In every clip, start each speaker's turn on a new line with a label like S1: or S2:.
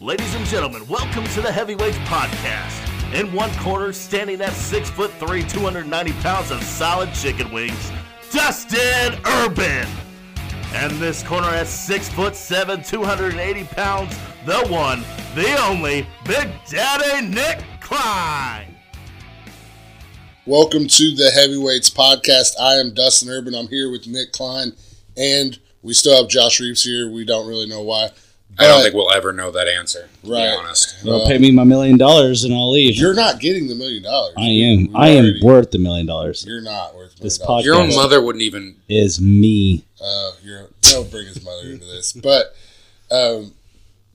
S1: Ladies and gentlemen, welcome to the Heavyweights Podcast. In one corner, standing at six foot three, 290 pounds of solid chicken wings, Dustin Urban. And this corner at six foot seven, 280 pounds, the one, the only, Big Daddy Nick Klein.
S2: Welcome to the Heavyweights Podcast. I am Dustin Urban. I'm here with Nick Klein, and we still have Josh Reeves here. We don't really know why.
S3: I don't
S2: But
S3: think we'll ever know that answer. To
S2: Right.
S3: be honest.
S4: Well, pay me my million dollars and I'll leave.
S2: Uh, you're not getting the million dollars.
S4: I am.
S2: We
S4: I
S2: already-
S4: am worth the million dollars.
S2: You're not worth a
S4: This
S2: million dollars.
S3: Your own
S4: Yes.
S3: mother wouldn't even.
S4: Is me.
S2: Uh, you're, don't bring his mother into this. But um,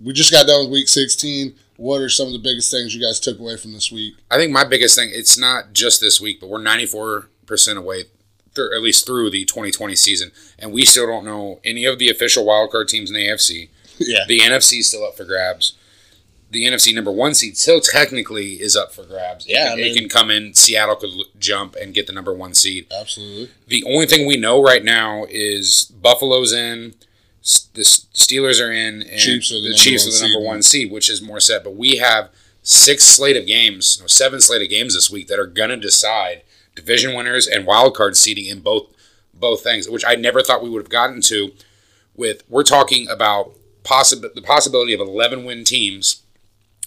S2: we just got done with week 16. What are some of the biggest things you guys took away from this week?
S3: I think my biggest thing. It's not just this week, but we're ninety four percent away, th- at least through the twenty twenty season, and we still don't know any of the official wildcard teams in the AFC.
S2: yeah,
S3: The NFC is still up for grabs. The NFC number one seed still technically is up for grabs. It
S2: Yeah,
S3: can-
S2: I
S3: it
S2: mean-
S3: can come in. Seattle could l- jump and get the number one seed.
S2: absolutely.
S3: the only thing we know right now is Buffalo's in, s- the S- Steelers are in, and
S2: Chiefs are the
S3: the,
S2: number
S3: Chiefs are
S2: one
S3: the number
S2: seed.
S3: one seed, which is more set. But we have six slate of games, no, seven slate of games this week that are gonna decide division winners and wild card seeding in both both things, which I never thought we would have gotten to. With we're talking about possib- the possibility of eleven win teams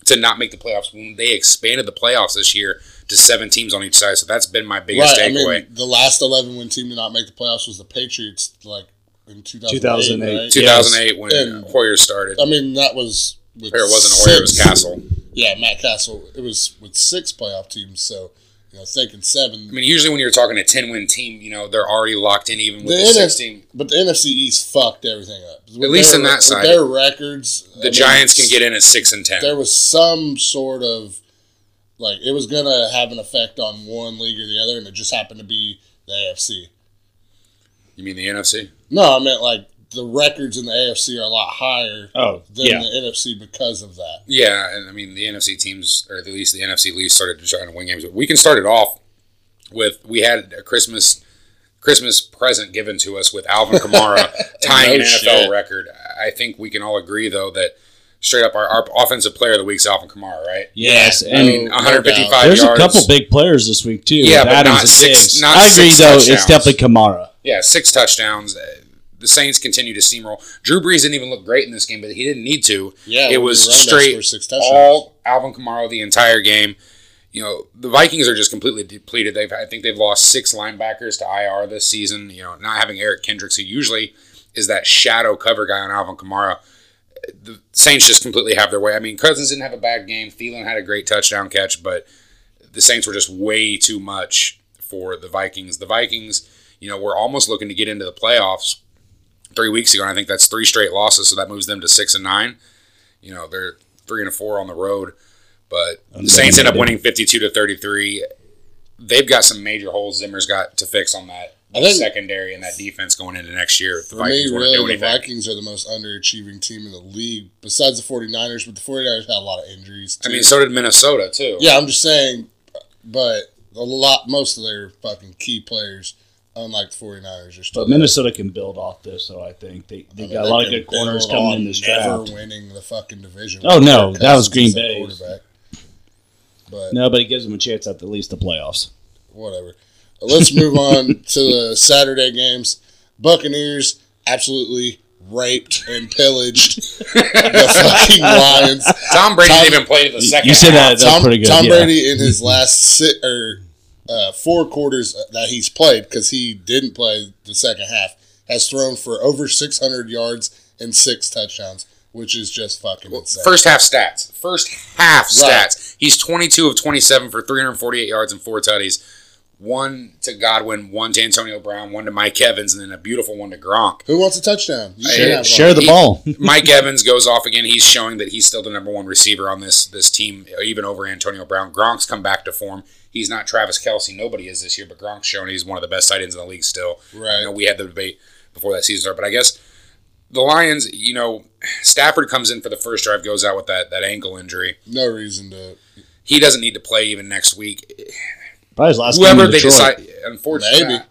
S3: to not make the playoffs when they expanded the playoffs this year to seven teams on each side. So that's been my biggest
S2: Right. I
S3: takeaway.
S2: mean, the last 11 win team to not make the playoffs was the Patriots, like in 2008.
S4: 2008.
S2: right?
S3: 2008 when
S2: And-
S3: Hoyer started.
S2: I mean, that was. With
S3: Or it wasn't Hoyer, it was
S2: six-
S3: Castle.
S2: Yeah, Matt Castle. It was with six playoff teams, so you know, thinking seven.
S3: I mean, usually when you're talking a 10 win team, you know, they're already locked in even with
S2: The
S3: the,
S2: NF
S3: 16.
S2: but the NFC East fucked everything up. With
S3: At least
S2: their-
S3: on that
S2: with
S3: side.
S2: their records.
S3: The Giants can get in at 6 and 10.
S2: There was some sort of like it was gonna have an effect on one league or the other, and it just happened to be the AFC.
S3: You mean the NFC?
S2: No, I meant like the records in the AFC are a lot higher
S4: Oh,
S2: than the NFC because of that.
S3: Yeah, and I mean, the NFC teams, or at least the NFC league, started trying to win games. But we can start it off with we had a Christmas Christmas present given to us with Alvin Kamara tying an
S2: No
S3: NFL
S2: shit.
S3: record. I think we can all agree, though, that straight up our, our offensive player of the week's Alvin Kamara, right?
S4: Yes,
S2: Yeah,
S3: I
S4: and
S2: no-
S3: mean, 155
S2: doubt.
S4: there's
S3: yards.
S4: a couple big players this week too.
S3: Yeah,
S4: with
S3: but
S4: Adams
S3: not
S4: and
S3: six-
S4: Diggs.
S3: not
S4: I agree
S3: six
S4: though.
S3: touchdowns.
S4: It's definitely Kamara.
S3: Yeah, six touchdowns. Uh, The Saints continue to steamroll. Drew Brees didn't even look great in this game, but he didn't need to.
S2: Yeah,
S3: it
S2: when
S3: was
S2: your running backs
S3: straight
S2: scored six touchdowns.
S3: all Alvin Kamara the entire game. You know, the Vikings are just completely depleted. They've I think they've lost six linebackers to IR this season. You know, not having Eric Kendricks, who usually is that shadow cover guy on Alvin Kamara. The Saints just completely have their way. I mean, Cousins didn't have a bad game. Thielen had a great touchdown catch, but the Saints were just way too much for the Vikings. The Vikings, you know, were almost looking to get into the playoffs three weeks ago, and I think that's three straight losses, so that moves them to six and nine. You know, they're three and a four on the road, but the Saints end up winning fifty-two to thirty-three. They've got some major holes Zimmer's got to fix on that
S2: I think-
S3: secondary and that defense going into next year. If the
S2: For me,
S3: Vikings want to do
S2: really, the
S3: anything,
S2: Vikings are the most underachieving team in the league, besides the 49ers, but the 49ers had a lot of injuries.
S3: I
S2: too.
S3: mean, so did Minnesota too.
S2: yeah, I'm just saying, but a lot, most of their fucking key players, unlike the 49ers, are still.
S4: But Minnesota can build off this, though I think they they
S2: I mean,
S4: got
S2: they
S4: a lot of
S2: can
S4: good corners
S2: build
S4: coming
S2: on
S4: in this
S2: never
S4: draft.
S2: winning the fucking division.
S4: Oh, no,
S2: Kirk
S4: that
S2: Cousins
S4: was Green
S2: is their
S4: Bay's.
S2: quarterback. But
S4: No, but it gives them a chance at at least the playoffs.
S2: whatever. Uh, Let's move on to the Saturday games. Buccaneers absolutely raped and pillaged the fucking Lions.
S3: Tom Brady
S2: Tom-
S3: didn't even played in the second.
S4: You said uh,
S3: half.
S4: that that's
S2: Tom,
S4: pretty good.
S2: Tom
S4: yeah.
S2: Brady in his last si or uh, four quarters that he's played because he didn't play the second half has thrown for over 600 yards and six touchdowns, which is just fucking insane.
S3: First half stats. First half
S2: Right.
S3: stats. He's 22 of 27 for 348 yards and four tutties. One to Godwin, one to Antonio Brown, one to Mike Evans, and then a beautiful one to Gronk.
S2: Who wants a touchdown? You
S3: Hey,
S2: can have one.
S4: Share the
S3: He-
S4: ball.
S3: Mike Evans goes off again. He's showing that he's still the number one receiver on this this team, even over Antonio Brown. Gronk's come back to form. He's not Travis Kelsey. Nobody is this year, but Gronk's shown he's one of the best tight ends in the league still.
S2: Right.
S3: I know we had the debate before that season started, but I guess the Lions, you know, Stafford comes in for the first drive, goes out with that that ankle injury.
S2: No reason to.
S3: He doesn't need to play even next week.
S4: Probably his last game
S3: Whoever
S4: in
S3: they
S4: Detroit.
S3: decide, unfortunately,
S2: Maybe.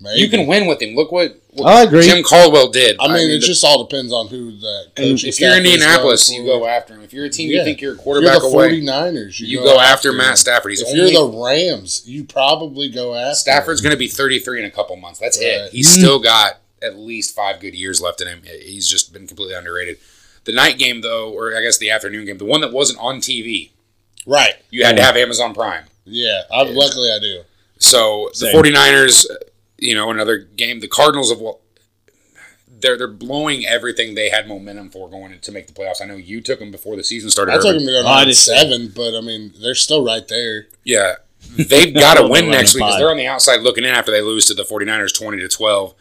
S2: Maybe.
S3: You can win with him. Look what, what
S4: I agree.
S3: Jim Caldwell did.
S2: I mean, it
S3: the-
S2: just all depends on who the coach
S4: And
S2: and
S3: if you're Indianapolis, you go after him. If you're a team you
S2: Yeah.
S3: think you're a
S2: You're
S3: quarterback
S2: the
S3: away,
S2: 49ers.
S3: you go after Matt Stafford. He's
S2: If
S3: only
S2: you're the Rams, you probably go after
S3: Stafford's
S2: him.
S3: going to be 33 in a couple months. That's
S2: Right.
S3: it. He's
S4: Mm-hmm.
S3: still got at least five good years left in him. He's just been completely underrated. The night game, though, or I guess the afternoon game, the one that wasn't on TV,
S2: right.
S3: you had to have Amazon Prime.
S2: Yeah, I, luckily I do.
S3: So the
S4: Same.
S3: 49ers, uh, you know, another game. The Cardinals have well, they're they're blowing everything they had momentum for going to make the playoffs. I know you took them before the season started.
S2: I took
S3: Urban.
S2: him to go
S4: I
S2: nine
S4: just-
S2: seven, but I mean they're still right there.
S3: Yeah. They've got to
S4: Well,
S3: win
S4: they're
S3: next
S4: on
S3: week
S4: a
S3: because
S4: bye.
S3: they're on the outside looking in after they lose to the 49ers 20 to 12.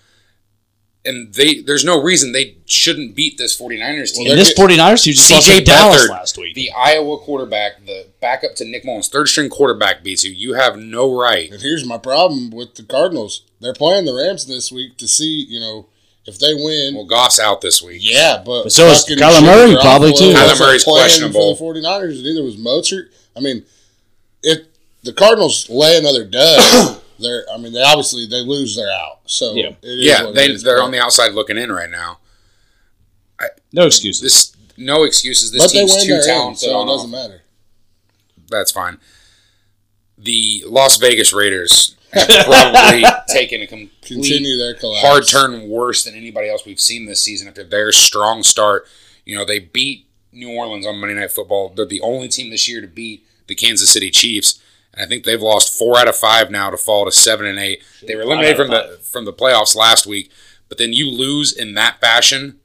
S3: And they there's no reason they shouldn't beat this 49ers team.
S2: Well,
S4: And this 49ers team just lost
S3: CJ
S4: to Dallas
S3: Beathard.
S4: last week.
S3: the Iowa quarterback, the backup to Nick Mullins, third string quarterback beats you. You have no right.
S2: And here's my problem with the Cardinals: they're playing the Rams this week to see, you know, if they win.
S3: Well, Goff's out this week.
S2: yeah, but,
S4: But so is
S2: fucking
S4: Kyler
S2: shit,
S4: Murray
S2: they're
S4: probably,
S2: awful.
S4: too.
S2: They're
S3: Kyler
S2: also
S3: Murray's
S2: playing
S3: questionable.
S2: for the 49ers. and Neither was Mozart. I mean, if the Cardinals lay another dud, they're. I mean, they obviously they lose, they're out. So
S4: Yeah.
S2: it is
S3: Yeah,
S2: what
S3: they,
S2: it is,
S3: they're
S2: but-
S3: on the outside looking in right now.
S4: No excuses.
S3: This no excuses. This
S2: But they
S3: team's
S2: win
S3: too
S2: their end,
S3: talented.
S2: so
S3: on
S2: it doesn't
S3: offense.
S2: matter.
S3: that's fine. The Las Vegas Raiders have probably taken a complete
S2: Continue their collapse.
S3: hard turn worse than anybody else we've seen this season after their strong start. You know, they beat New Orleans on Monday Night Football. They're the only team this year to beat the Kansas City Chiefs. And I think they've lost four out of five now to fall to seven and eight. They were eliminated
S4: Five
S3: from
S4: out of
S3: the from the playoffs last week, but then you lose in that fashion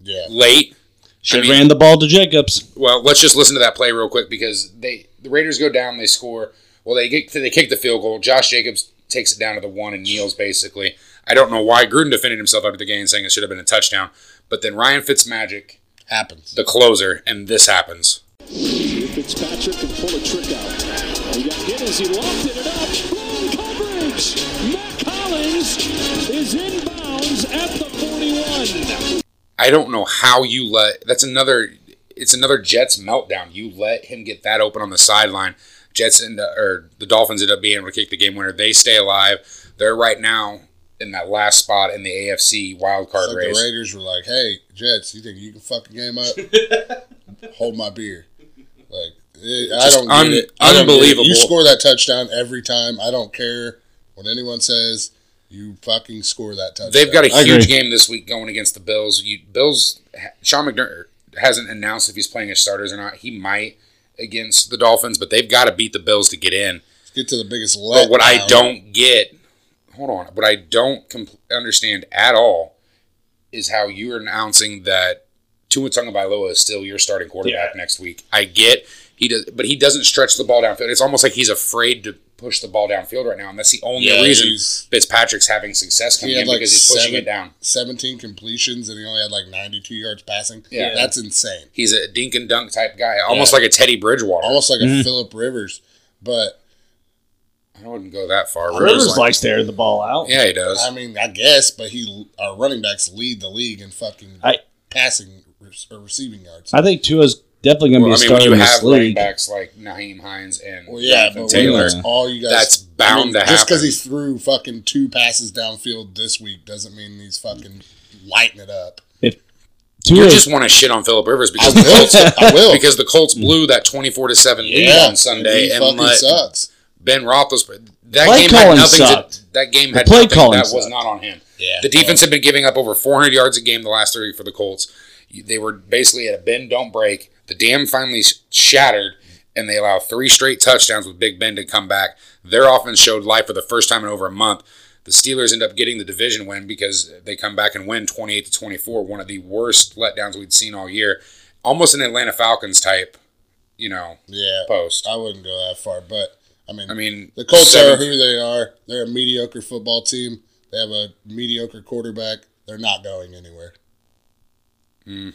S2: Yeah.
S3: late.
S4: Should
S3: I
S4: have
S3: mean-
S4: ran the ball to Jacobs.
S3: Well, let's just listen to that play real quick because they the Raiders go down, they score. Well, they get they kick the field goal. Josh Jacobs takes it down to the one and kneels basically. I don't know why Gruden defended himself after the game saying it should have been a touchdown, but then Ryan Fitzmagic,
S2: Happens.
S3: the closer, and this happens.
S5: Fitzpatrick can pull a trick out. He got hit as he lofted it up. Strong coverage. Matt Collins is in bounds at the 41.
S3: I don't know how you let that's another it's another Jets meltdown. You let him get that open on the sideline. Jets end up, or the Dolphins end up being able to kick the game winner. They stay alive. They're right now in that last spot in the AFC wild card
S2: Like
S3: race.
S2: the Raiders were like, "Hey, Jets, you think you can fuck a game up? Hold my beer." Like, it, I
S3: Just
S2: don't get
S3: un-
S2: it. I don't get it.
S3: unbelievable.
S2: You score that touchdown every time. I don't care what anyone says. You fucking score that touchdown.
S3: They've got a
S4: I
S3: huge
S4: agree.
S3: game this week going against the Bills. You, Bills, ha- Sean McDermott hasn't announced if he's playing his starters or not. He might against the Dolphins, but they've got to beat the Bills to get in.
S2: get to the biggest let.
S3: But what I don't get, hold on, what I don't com- understand at all is how you're announcing that Tua Tagovailoa is still your starting quarterback next week. I get he does, but he doesn't stretch the ball downfield. It's almost like he's afraid to push the ball downfield right now, and that's the only
S2: Yeah,
S3: reason
S2: he's-
S3: Fitzpatrick's having success coming
S2: He had
S3: in
S2: like
S3: because he's pushing
S2: seven,
S3: it down.
S2: 17 completions and he only had like 92 yards passing.
S3: Yeah.
S2: That's insane.
S3: He's a dink and dunk type guy, almost like a Teddy Bridgewater.
S2: Almost like
S3: Mm-hmm.
S2: a Philip Rivers. But
S3: I wouldn't go that far.
S4: Rivers
S3: like-
S4: likes to air the ball out.
S3: yeah, he does.
S2: I mean, I guess, but he our running backs lead the league in fucking
S4: I-
S2: passing re- or receiving yards.
S4: I think Tua's definitely going to
S3: Well, I
S4: be
S3: mean, when
S4: starting
S3: you
S4: in
S3: have
S4: this
S3: running
S4: league.
S3: backs like uh, Naheem Hines and
S2: Well, yeah,
S3: Jonathan
S2: but
S3: Taylor,
S2: Taylor. That's all you guys.
S3: That's bound to
S2: Just because
S3: happen.
S2: he threw fucking two passes downfield this week doesn't mean he's fucking lighting it up.
S4: Tua,
S3: you just want to shit on Philip Rivers
S2: I
S3: because the Colts
S2: will. I will.
S3: because the Colts blew that twenty four to seven lead
S2: yeah,
S3: on Sunday
S2: he
S3: and
S2: fucking
S3: let
S2: sucks.
S3: Ben Roethlisberger. That
S4: Play
S3: game had
S4: calling
S3: nothing. To,
S4: sucked.
S3: that game
S4: The
S3: had
S4: play
S3: nothing.
S4: calling
S3: That was
S4: sucked.
S3: not on him.
S2: Yeah,
S3: The defense had been giving up over 400 yards a game the last three for the Colts. They were basically at a bend, don't break. The dam finally sh- shattered, and they allow three straight touchdowns with Big Ben to come back. Their offense showed life for the first time in over a month. The Steelers end up getting the division win because they come back and win 28 to 24, one of the worst letdowns we'd seen all year. Almost an Atlanta Falcons type, you know,
S2: Yeah,
S3: post.
S2: I wouldn't go that far, but I mean,
S3: I mean,
S2: the Colts
S3: seven-
S2: are who they are. They're a mediocre football team. They have a mediocre quarterback. They're not going anywhere.
S3: Hmm.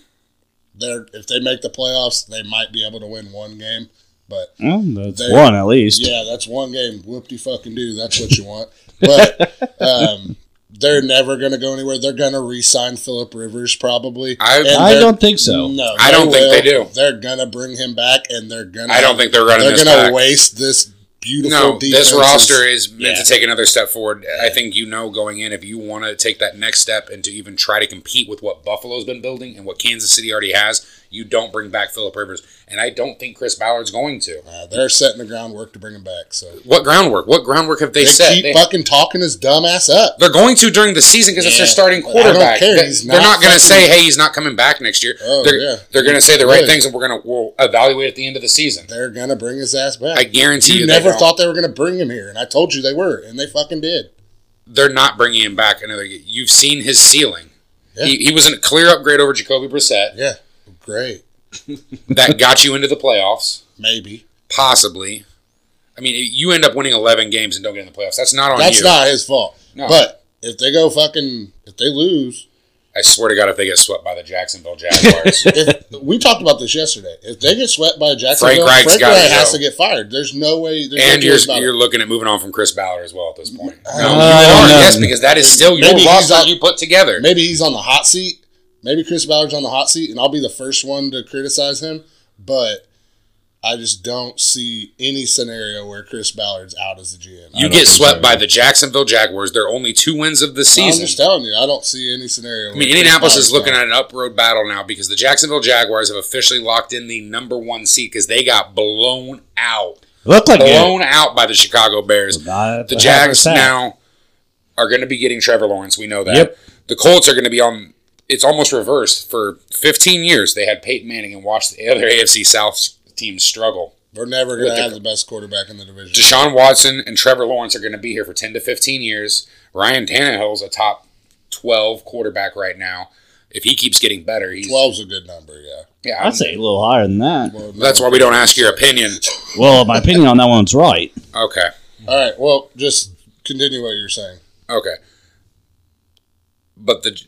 S2: They're if they make the playoffs, they might be able to win one game, but
S4: well, that's
S2: They-
S4: one at least.
S2: Yeah, that's one game. Whoopty fucking do. That's what you want. But um, they're never going to go anywhere. They're going to re-sign Philip Rivers probably.
S3: I-
S2: And
S4: I
S2: they're-
S4: don't think so.
S2: No,
S3: I don't think they do.
S2: They're going to bring him back, and they're going. to
S3: I don't think they're running
S2: They're
S3: this
S2: gonna
S3: back.
S2: waste this beautiful
S3: No,
S2: defenses.
S3: this roster is meant
S4: Yeah.
S3: to take another step forward. I think you know going in if you want to take that next step and to even try to compete with what Buffalo's been building and what Kansas City already has, you don't bring back Philip Rivers, and I don't think Chris Ballard's going to.
S2: Uh, they're setting the groundwork to bring him back. So
S3: What groundwork? What groundwork have they,
S2: they
S3: set?
S2: keep
S3: They-
S2: fucking talking his dumb ass up.
S3: They're going to during the season because it's their
S2: Yeah,
S3: starting
S2: but I don't
S3: quarterback.
S2: care.
S3: They-
S2: He's
S3: they're
S2: not
S3: not going to
S2: fucking-
S3: say, "Hey, he's not coming back next year."
S2: Oh,
S3: they're
S2: yeah.
S3: they're going to say the right
S2: Really?
S3: things, and we're going to we'll evaluate at the end of the season.
S2: They're gonna bring his ass back.
S3: I guarantee
S2: you,
S3: you, they
S2: never
S3: don't.
S2: thought they were gonna bring him here, and I told you they were, and they fucking did.
S3: They're not bringing him back another. year. You've seen his ceiling.
S2: Yeah.
S3: He, he was a clear upgrade over Jacoby Brissett.
S2: Yeah, great.
S3: That got you into the playoffs,
S2: Maybe
S3: possibly. I mean, you end up winning 11 games and don't get in the playoffs. That's not on
S2: that's
S3: you.
S2: not his fault.
S3: No.
S2: But if they go fucking, if they lose,
S3: I swear to God, if they get swept by the Jacksonville Jaguars,
S2: if, we talked about this yesterday. If they get swept by Jacksonville,
S3: Frank
S2: Frank,
S3: Reich's gotta
S2: Reich has
S3: go.
S2: to get fired. There's no way. There's
S3: and
S2: no
S3: you're
S2: choice about it.
S3: you're looking at moving on from Chris Ballard as well at this point. No, you
S4: don't
S3: are.
S4: know.
S3: Yes, because that is still your
S2: Maybe he's
S3: roster
S2: not-
S3: you put together.
S2: Maybe he's on the hot seat. Maybe Chris Ballard's on the hot seat, and I'll be the first one to criticize him. But I just don't see any scenario where Chris Ballard's out as the GM.
S3: You get swept by the Jacksonville Jaguars. They're only two wins of the
S2: I'm
S3: season.
S2: just telling you, I don't see any scenario.
S3: I mean, Indianapolis is looking at an uproad battle now because the Jacksonville Jaguars have officially locked in the number one seat because they got blown out,
S4: Look like it.
S3: blown out by the Chicago Bears.
S4: Not
S3: The
S4: a
S3: Jags
S4: 100%.
S3: now are going to be getting Trevor Lawrence. We know that.
S4: Yep.
S3: The Colts are going to be on. It's almost reversed. For 15 years, they had Peyton Manning and watched the other AFC South teams struggle.
S2: We're never going
S3: with
S2: to
S3: the-
S2: have the best quarterback in the division.
S3: Deshaun Watson and Trevor Lawrence are going to be here for 10 to 15 years. Ryan Tannehill's a top 12 quarterback right now. If he keeps getting better, he's
S2: Twelve's a good number, yeah.
S3: yeah. I'm-
S4: I'd say a little higher than that.
S2: Well, no.
S3: that's why we don't ask your opinion.
S4: Well, my opinion on that one's right.
S3: Okay.
S2: All right. Well, just continue what you're saying.
S3: Okay. But the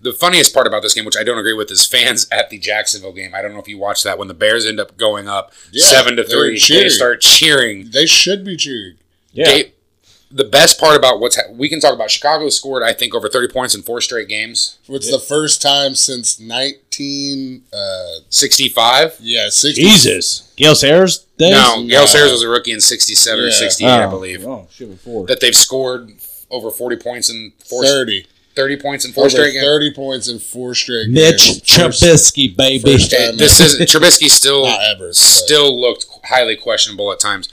S3: the funniest part about this game, which I don't agree with, is fans at the Jacksonville game. I don't know if you watched that when the Bears end up going up
S2: Yeah,
S3: seven to
S2: they were
S3: three, they
S2: cheering.
S3: start cheering.
S2: They should be cheering.
S4: Yeah.
S3: They- the best part about what's ha- we can talk about Chicago scored I think over 30 points in four straight games.
S2: It's the first time since 19, uh,
S3: 65.
S2: yeah, 60,
S4: Jesus. Gail Sayers days?
S3: No,
S2: No.
S3: Gail Sayers was a rookie in 67 or
S2: Yeah.
S3: 68, I
S4: Oh.
S3: believe.
S4: Oh, shit, before.
S3: That they've scored over 40 points in four, 30.
S2: 30.
S3: points in four
S2: Over
S3: straight games.
S2: 30 points in four straight
S4: Mitch
S2: games. First-
S4: Trubisky, baby.
S2: first time
S3: This is Trubisky still
S2: Not ever, but-
S3: still looked highly questionable at times.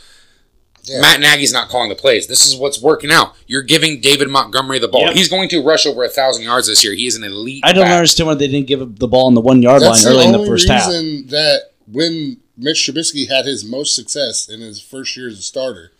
S2: Yeah.
S3: Matt Nagy's not calling the plays. This is what's working out. You're giving David Montgomery the ball.
S4: Yep.
S3: He's going to rush over a thousand yards this year. He is an elite.
S4: I don't
S3: back.
S4: understand why they didn't give up the ball on the one yard line
S2: That's
S4: early in
S2: the
S4: the
S2: only
S4: first half.
S2: reason that when Mitch Trubisky had his most success in his first year as a starter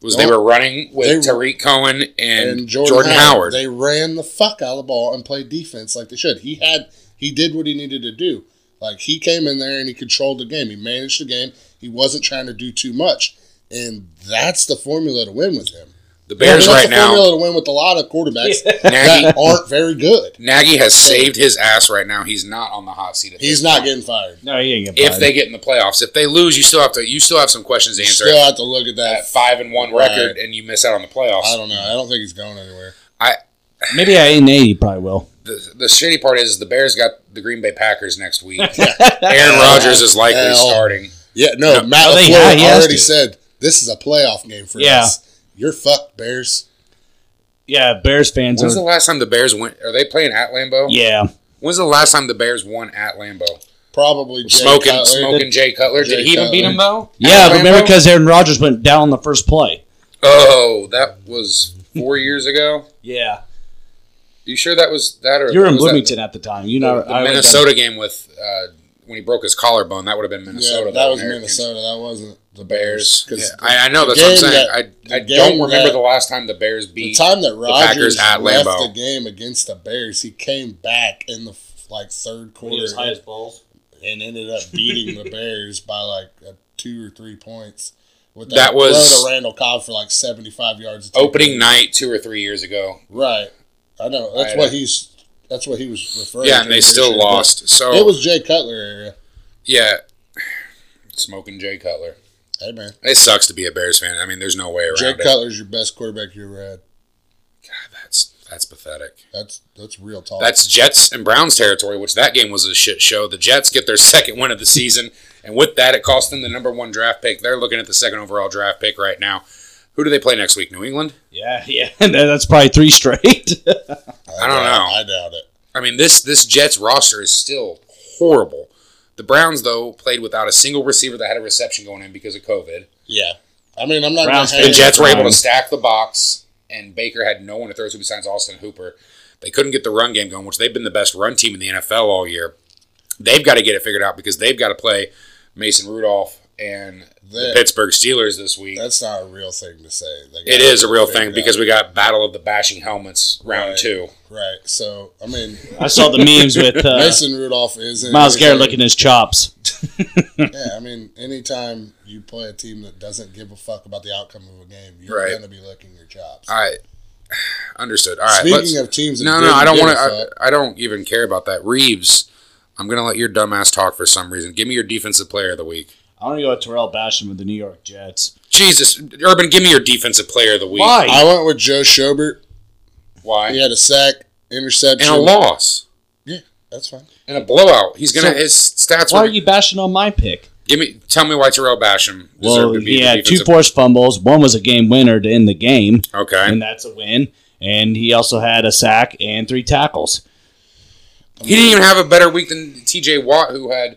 S3: Was they were running with
S2: They-
S3: Tariq Cohen and,
S2: and
S3: Jordan, Howard.
S2: they ran the fuck out of the ball and played defense like they should. He had he did what he needed to do. Like he came in there and he controlled the game. He managed the game. He wasn't trying to do too much, and that's the formula to win with him.
S3: the Bears
S2: that's
S3: right
S2: the
S3: now.
S2: formula to win with a lot of quarterbacks
S3: Nagy
S2: that aren't very good.
S3: Nagy has saved his ass right now. He's not on the hot seat. At
S2: He's
S3: this
S2: not
S3: point.
S2: getting fired.
S4: No, he ain't
S3: If they get in the playoffs, if they lose, you still have to. You still have some questions to
S2: You
S3: answer.
S2: still have to look at
S3: At
S2: that.
S3: five and one
S2: Right.
S3: record, and you miss out on the playoffs.
S2: I don't know. I don't think he's going anywhere.
S4: Maybe I ain't 80, probably will.
S3: the, the shitty part is the Bears got the Green Bay Packers next week. Aaron Rodgers is likely
S2: Hell.
S3: starting.
S2: Yeah, no, Matt
S4: I think- yeah,
S2: LaFleur
S4: he has
S2: already
S4: to.
S2: said this is a playoff game for
S4: Yeah.
S2: us. You're fucked, Bears.
S4: Yeah, Bears fans
S3: When's
S4: are.
S3: the last time the Bears went? Are they playing at Lambeau?
S4: yeah.
S3: When's the last time the Bears won at Lambeau?
S2: Probably Jay
S3: Smoking,
S2: Cutler.
S3: smoking Jay Cutler.
S2: Jay
S3: Did he even beat him though?
S4: Yeah,
S3: At
S4: but remember
S3: Lambeau?
S4: because Aaron Rodgers went down on the first play.
S3: oh, that was four years ago.
S4: Yeah.
S3: You sure that was that? Or
S4: You were in
S3: was that
S4: Bloomington at the time. You know,
S3: the Minnesota game with uh, when he broke his collarbone. That would have been Minnesota.
S2: Yeah, that was
S3: one, Eric.
S2: Minnesota. That wasn't the
S3: Bears.
S2: Bears.
S3: Yeah,
S2: Because
S3: I, I know
S2: the
S3: that's what I'm
S2: game
S3: saying.
S2: that-
S3: I, I
S2: the game
S3: don't remember
S2: that-
S3: the last time the Bears
S2: the
S3: beat.
S2: time that Rodgers
S3: Packers at
S2: left
S3: Lambeau.
S2: the game against the Bears, he came back in the like third quarter and,
S4: balls.
S2: and ended up beating the Bears by like a two or three points. With that,
S3: That was-
S2: throw to Randall Cobb for like seventy-five yards. of
S3: Opening
S2: takeaway.
S3: night two or three years ago.
S2: right? I know that's
S3: I
S2: what
S3: know.
S2: he's. That's what he was referring.
S3: Yeah,
S2: to,
S3: and they
S2: I'm
S3: still
S2: pretty sure.
S3: lost. So
S2: But It was Jay Cutler area.
S3: yeah, smoking Jay Cutler.
S2: Hey man,
S3: It sucks to be a Bears fan. I mean, there's no way around
S2: Jay
S3: it.
S2: Cutler's your best quarterback you ever had.
S3: That's That's pathetic.
S2: That's that's real talk.
S3: That's Jets and Browns territory, which that game was a shit show. The Jets get their second win of the season, and with that, it cost them the number one draft pick. They're looking at the second overall draft pick right now. Who do they play next week? New England?
S4: Yeah, yeah. And that's probably three straight.
S3: I don't
S2: doubt-
S3: know.
S2: I doubt it.
S3: I mean, this this Jets roster is still horrible. The Browns, though, played without a single receiver that had a reception going in because of COVID.
S2: Yeah. I mean, I'm not going
S4: Browns
S2: to
S3: The
S4: fans-
S2: hate.
S3: Jets were able to
S4: Browns.
S3: stack the box, and Baker had no one to throw to besides Austin Hooper. They couldn't get the run game going, which they've been the best run team in the NFL all year. They've got to get it figured out because they've got to play Mason Rudolph and the
S2: That-
S3: Pittsburgh Steelers this week.
S2: That's not a real thing to say. They
S3: It
S2: gotta
S3: is a real
S2: figure
S3: thing
S2: it
S3: because
S2: out.
S3: we got Battle of the Bashing Helmets round
S2: Right.
S3: two.
S2: right. So I mean,
S4: I saw the memes with uh,
S2: Mason Rudolph is in
S4: Miles Garrett
S2: anything.
S4: licking his chops.
S2: Yeah, I mean, anytime you play a team that doesn't give a fuck about the outcome of a game, you're
S3: Right.
S2: going to be licking your chops.
S3: All right. Understood. All right. let's-
S2: Speaking of teams, that
S3: No, no,
S2: didn't
S3: I don't
S2: give
S3: want
S2: a fuck,
S3: to. I, I don't even care about that. Reeves, I'm gonna let your dumbass talk for some reason. Give me your defensive player of the week.
S4: I want to go with Terrell Basham with the New York Jets.
S3: Jesus, Urban, give me your defensive player of the week.
S2: I went with Joe Schobert.
S3: Why?
S2: He had a sack,
S3: And
S2: interception.
S3: a loss
S2: Yeah, that's fine.
S3: and a blowout. He's gonna
S4: So-
S3: his stats.
S4: Why
S3: Were,
S4: are you bashing on my pick?
S3: give me. Tell me why Terrell Basham deserved
S4: Well,
S3: to be
S4: he
S3: the
S4: had two
S3: defensive.
S4: forced fumbles. One was a game winner to end the game,
S3: okay.
S4: and that's a win. And he also had a sack and three tackles.
S3: He didn't even have a better week than T.J. Watt, who had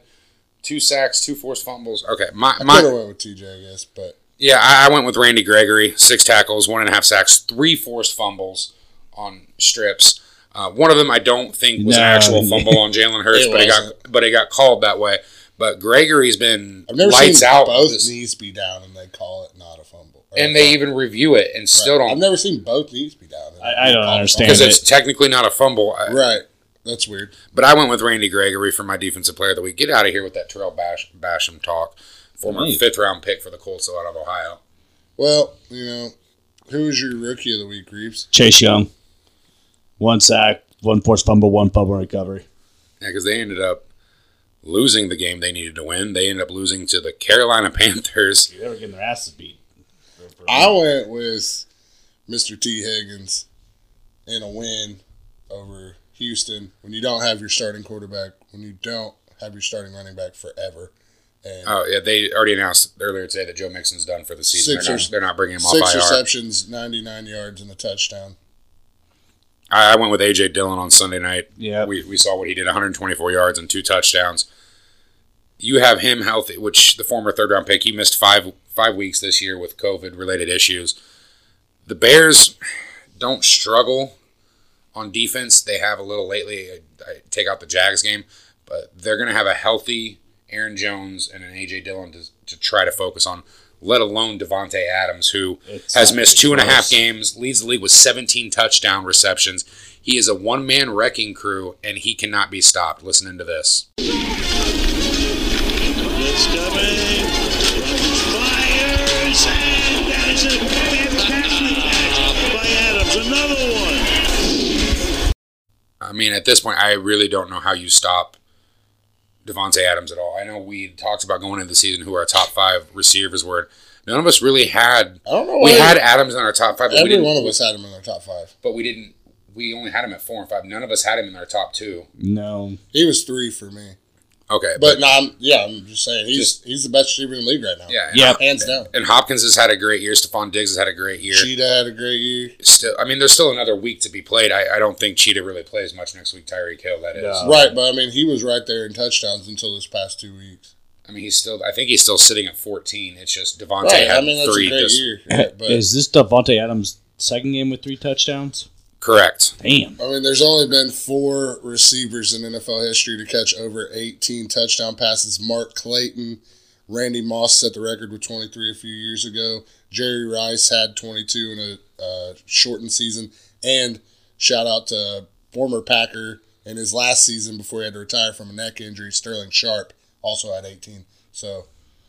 S3: two sacks, two forced fumbles. Okay, my
S2: I
S3: my.
S2: could have went with TJ, I guess, but
S3: Yeah, I, I went with Randy Gregory, six tackles, one and a half sacks, three forced fumbles on strips. Uh, one of them I don't think was an
S4: No.
S3: actual fumble on Jalen Hurts,
S2: It
S3: but it got
S2: wasn't.
S3: but it got called that way. But Gregory's been
S2: I've never
S3: lights
S2: seen
S3: out,
S2: both
S3: this-
S2: knees be down and they call it not a fumble. Or
S3: and
S2: a
S3: they
S2: fumble.
S3: even review it and still
S2: I've
S3: don't
S2: never seen both knees be down. and
S4: I- I
S2: they
S4: don't
S2: call it a
S4: understand
S3: because
S4: it.
S3: it's technically not a fumble. I-
S2: fumble. Right. That's weird.
S3: But I went with Randy Gregory for my defensive player of the week. Get out of here with that Terrell Bash, Basham talk, former
S4: Nice.
S3: fifth round pick for the Colts out of Ohio.
S2: Well, you know, who was your rookie of the week, Reeves?
S4: Chase Young, one sack, one forced fumble, one fumble recovery.
S3: Yeah, because they ended up losing the game they needed to win. They ended up losing to the Carolina Panthers.
S4: They were getting their asses beat.
S2: I went with Mr. T. Higgins in a win over Houston when you don't have your starting quarterback, when you don't have your starting running back forever. And
S3: Oh yeah, they already announced earlier today that Joe Mixon's done for the season.
S2: Six
S3: They're
S2: or-
S3: not, they're not bringing him off
S2: six
S3: IR.
S2: receptions, 99 yards, and a touchdown.
S3: I, I went with AJ Dillon on Sunday night.
S4: Yeah.
S3: we, we saw what he did: 124 yards and two touchdowns. You have him healthy, which the former third round pick he missed five five weeks this year with COVID related issues. The Bears don't struggle on defense. They have a little lately. I, I take out the Jags game, but they're going to have a healthy Aaron Jones and an AJ Dillon to, to try to focus on. Let alone Devonte Adams, who
S4: It's
S3: has
S4: not
S3: missed two
S4: gonna
S3: and
S4: be
S3: a half
S4: close.
S3: games, leads the league with 17 touchdown receptions. He is a one man wrecking crew, and he cannot be stopped. Listening to this,
S6: It's coming. Fires, and that is a fantastic catch by Adams. Another one.
S3: I mean, at this point, I really don't know how you stop Devonte Adams at all. I know we talked about going into the season who our top five receivers were. None of us really had.
S2: I don't know
S3: We
S2: why-
S3: had Adams in our top five, but we
S2: Every
S3: didn't.
S2: one of us had him in our top five.
S3: But we didn't. We only had him at four and five. None of us had him in our top two.
S4: No,
S2: He was three for me.
S3: Okay,
S2: But no, I'm, yeah, I'm just saying he's he's the best receiver in the league right now.
S3: yeah, and,
S4: Yep.
S2: hands down.
S3: and Hopkins has had a great year. Stephon Diggs has had a great year.
S2: Cheetah had a great year.
S3: still I mean there's still another week to be played. I, I don't think Cheetah really plays much next week, Tyreek Hill, that is.
S4: No.
S2: Right, but I mean, he was right there in touchdowns until this past two weeks.
S3: I mean he's still I think he's still sitting at fourteen. It's just Devontae
S2: Right,
S3: had
S2: I mean that's
S3: three
S2: a great
S3: just-
S2: year. Yeah, but
S4: is this Devontae Adams' second game with three touchdowns?
S3: correct.
S4: Damn.
S2: I mean, there's only been four receivers in NFL history to catch over 18 touchdown passes. Mark Clayton, Randy Moss set the record with 23 a few years ago. Jerry Rice had 22 in a uh, shortened season. And shout out to former Packer in his last season before he had to retire from a neck injury. Sterling Sharp also had 18. So,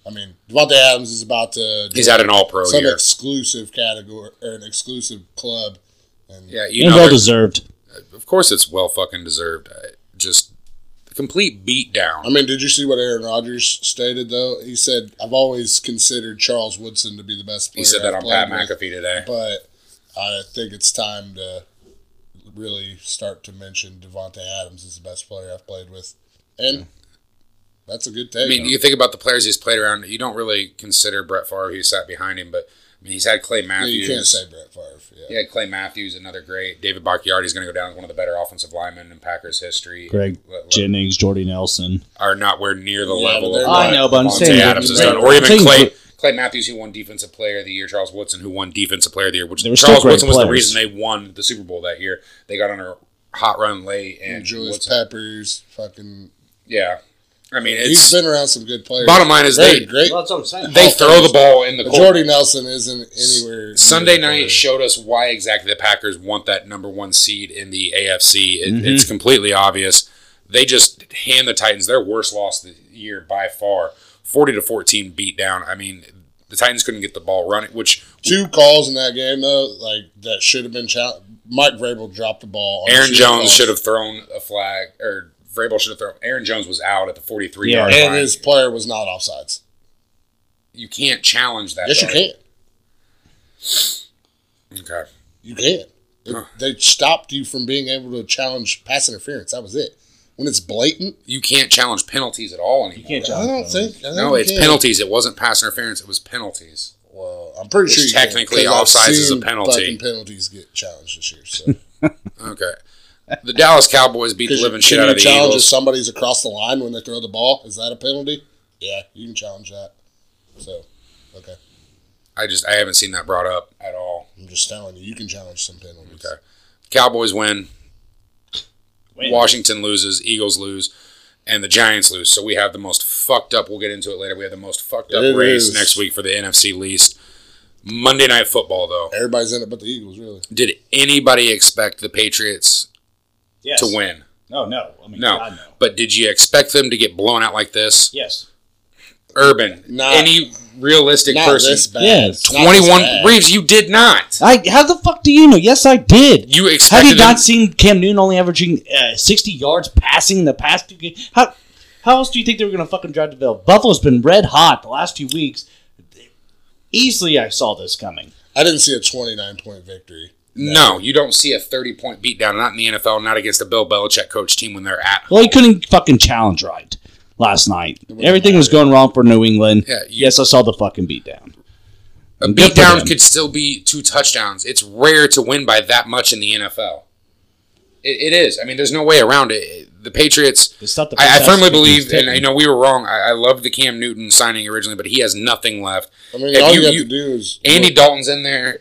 S2: I mean, Devontae Adams is about to
S3: He's had an all pro
S2: some
S3: year.
S2: exclusive category or an exclusive club. And
S3: Yeah, you
S4: And
S3: know
S4: well
S3: there-
S4: deserved.
S3: of course it's well fucking deserved. I, just the complete beat down.
S2: I mean, did you see what Aaron Rodgers stated though? He said, "I've always considered Charles Woodson to be the best player."
S3: He said that
S2: I've
S3: on Pat
S2: played with,
S3: McAfee today.
S2: but I think it's time to really start to mention Devonte Adams is the best player I've played with, and that's a good take.
S3: I mean, you think about the players he's played around. You don't really consider Brett Favre, who sat behind him, but I mean, he's had Clay
S2: Yeah,
S3: Matthews.
S2: you can't say Brett Favre. Yeah.
S3: He had Clay Matthews, another great. David Bakhtiardi is going to go down as one of the better offensive linemen in Packers history.
S4: Greg
S3: Le- le-
S4: Jennings, Jordy Nelson.
S3: are nowhere near the
S2: Yeah,
S3: level
S2: but
S3: of
S2: they're
S3: what
S2: I
S4: know, but I'm
S3: Davante
S4: saying that
S3: Adams has
S4: they're-
S3: done, or even
S4: they're-
S3: Clay Clay Matthews, who won Defensive Player of the Year, Charles Woodson, who won Defensive Player of the Year, which
S4: They were
S3: Charles
S4: still great
S3: Woodson was the
S4: players.
S3: reason they won the Super Bowl that year. They got on a hot run late, and
S2: Julius
S3: Woodson-
S2: Peppers, fucking.
S3: yeah, I mean,
S2: he's
S3: it's
S2: been around some good players.
S3: bottom line is
S2: great,
S3: they
S2: great.
S4: that's what I'm saying.
S3: they throw the ball in the
S2: But
S3: court.
S2: Jordy Nelson isn't anywhere. near
S3: Sunday
S2: the
S3: night
S2: player.
S3: showed us why exactly the Packers want that number one seed in the AFC. It, It's completely obvious. They just hand the Titans their worst loss of the year by far, forty to fourteen beat down. I mean, the Titans couldn't get the ball running, which
S2: two calls in that game though, like that should have been. Chal- Mike Vrabel dropped the ball. on
S3: Aaron
S2: two
S3: Jones
S2: calls.
S3: should have thrown a flag, or Vrabel should have thrown. Aaron Jones was out at the forty-three
S4: Yeah.
S3: yard line.
S2: And his player was not offsides.
S3: you can't challenge that.
S2: Yes, you
S3: though.
S2: can.
S3: Okay.
S2: You can. It- They stopped you from being able to challenge pass interference. That was it. When it's blatant,
S3: You can't challenge penalties at all anymore.
S4: can't
S2: I don't think. I
S3: no,
S2: think
S3: it's
S2: you can.
S3: penalties. It wasn't pass interference. It was penalties.
S2: Well, I'm pretty
S3: Which
S2: sure you can,
S3: technically
S2: 'cause I've
S3: offsides is a
S2: seen
S3: penalty.
S2: Fucking penalties get challenged this year. So.
S3: Okay. The Dallas Cowboys beat the
S2: Because
S3: living
S2: you,
S3: shit
S2: can
S3: out
S2: you
S3: of the
S2: challenge
S3: Eagles.
S2: if somebody's across the line when they throw the ball? Is that a penalty? Yeah, you can challenge that. So, okay,
S3: I just I haven't seen that brought up at all.
S2: I'm just telling you, you can challenge some penalties.
S3: Okay. Cowboys win, Washington loses, Eagles lose, and the Giants lose. So we have the most fucked up. We'll get into it later. We have the most fucked up
S2: It
S3: race
S2: is.
S3: next week for the NFC least. Monday Night Football though.
S2: Everybody's in it, but the Eagles really.
S3: Did anybody expect the Patriots
S4: Yes.
S3: to win?
S4: No, no. I mean,
S3: No.
S4: God, no.
S3: But did you expect them to get blown out like this?
S4: Yes.
S3: Urban,
S2: Not-
S3: any realistic
S2: Not
S3: person.
S2: this bad.
S4: Yes.
S2: Not this
S3: 21
S2: bad.
S3: Reeves, you did not.
S4: I how the fuck do you know? Yes, I did.
S3: You
S4: Have
S3: expected
S4: you
S3: them-
S4: not seen Cam Newton only averaging uh, 60 yards passing in the past two games? How, how else do you think they were going to fucking drive the ball? Buffalo's been red hot the last two weeks. Easily, I saw this coming.
S2: I didn't see a 29 point victory.
S3: No, you don't see a 30 point beatdown, not in the NFL, not against a Bill Belichick coach team when they're at.
S4: Well, he couldn't fucking challenge right last night. Everything was going wrong for New England.
S3: Yeah, you-
S4: yes, I saw the fucking beatdown.
S3: A
S4: Good for them.
S3: beatdown could still be two touchdowns. It's rare to win by that much in the NFL. It, it is. I mean, there's no way around it. The Patriots.
S4: It's not the
S3: I, I
S4: fantastic
S3: firmly believe,
S4: thing.
S3: and I know we were wrong. I, I loved the Cam Newton signing originally, but he has nothing left.
S2: I mean,
S3: If
S2: all you,
S3: you-
S2: have
S3: you-
S2: to do is
S3: Andy
S2: look,
S3: Dalton's in there.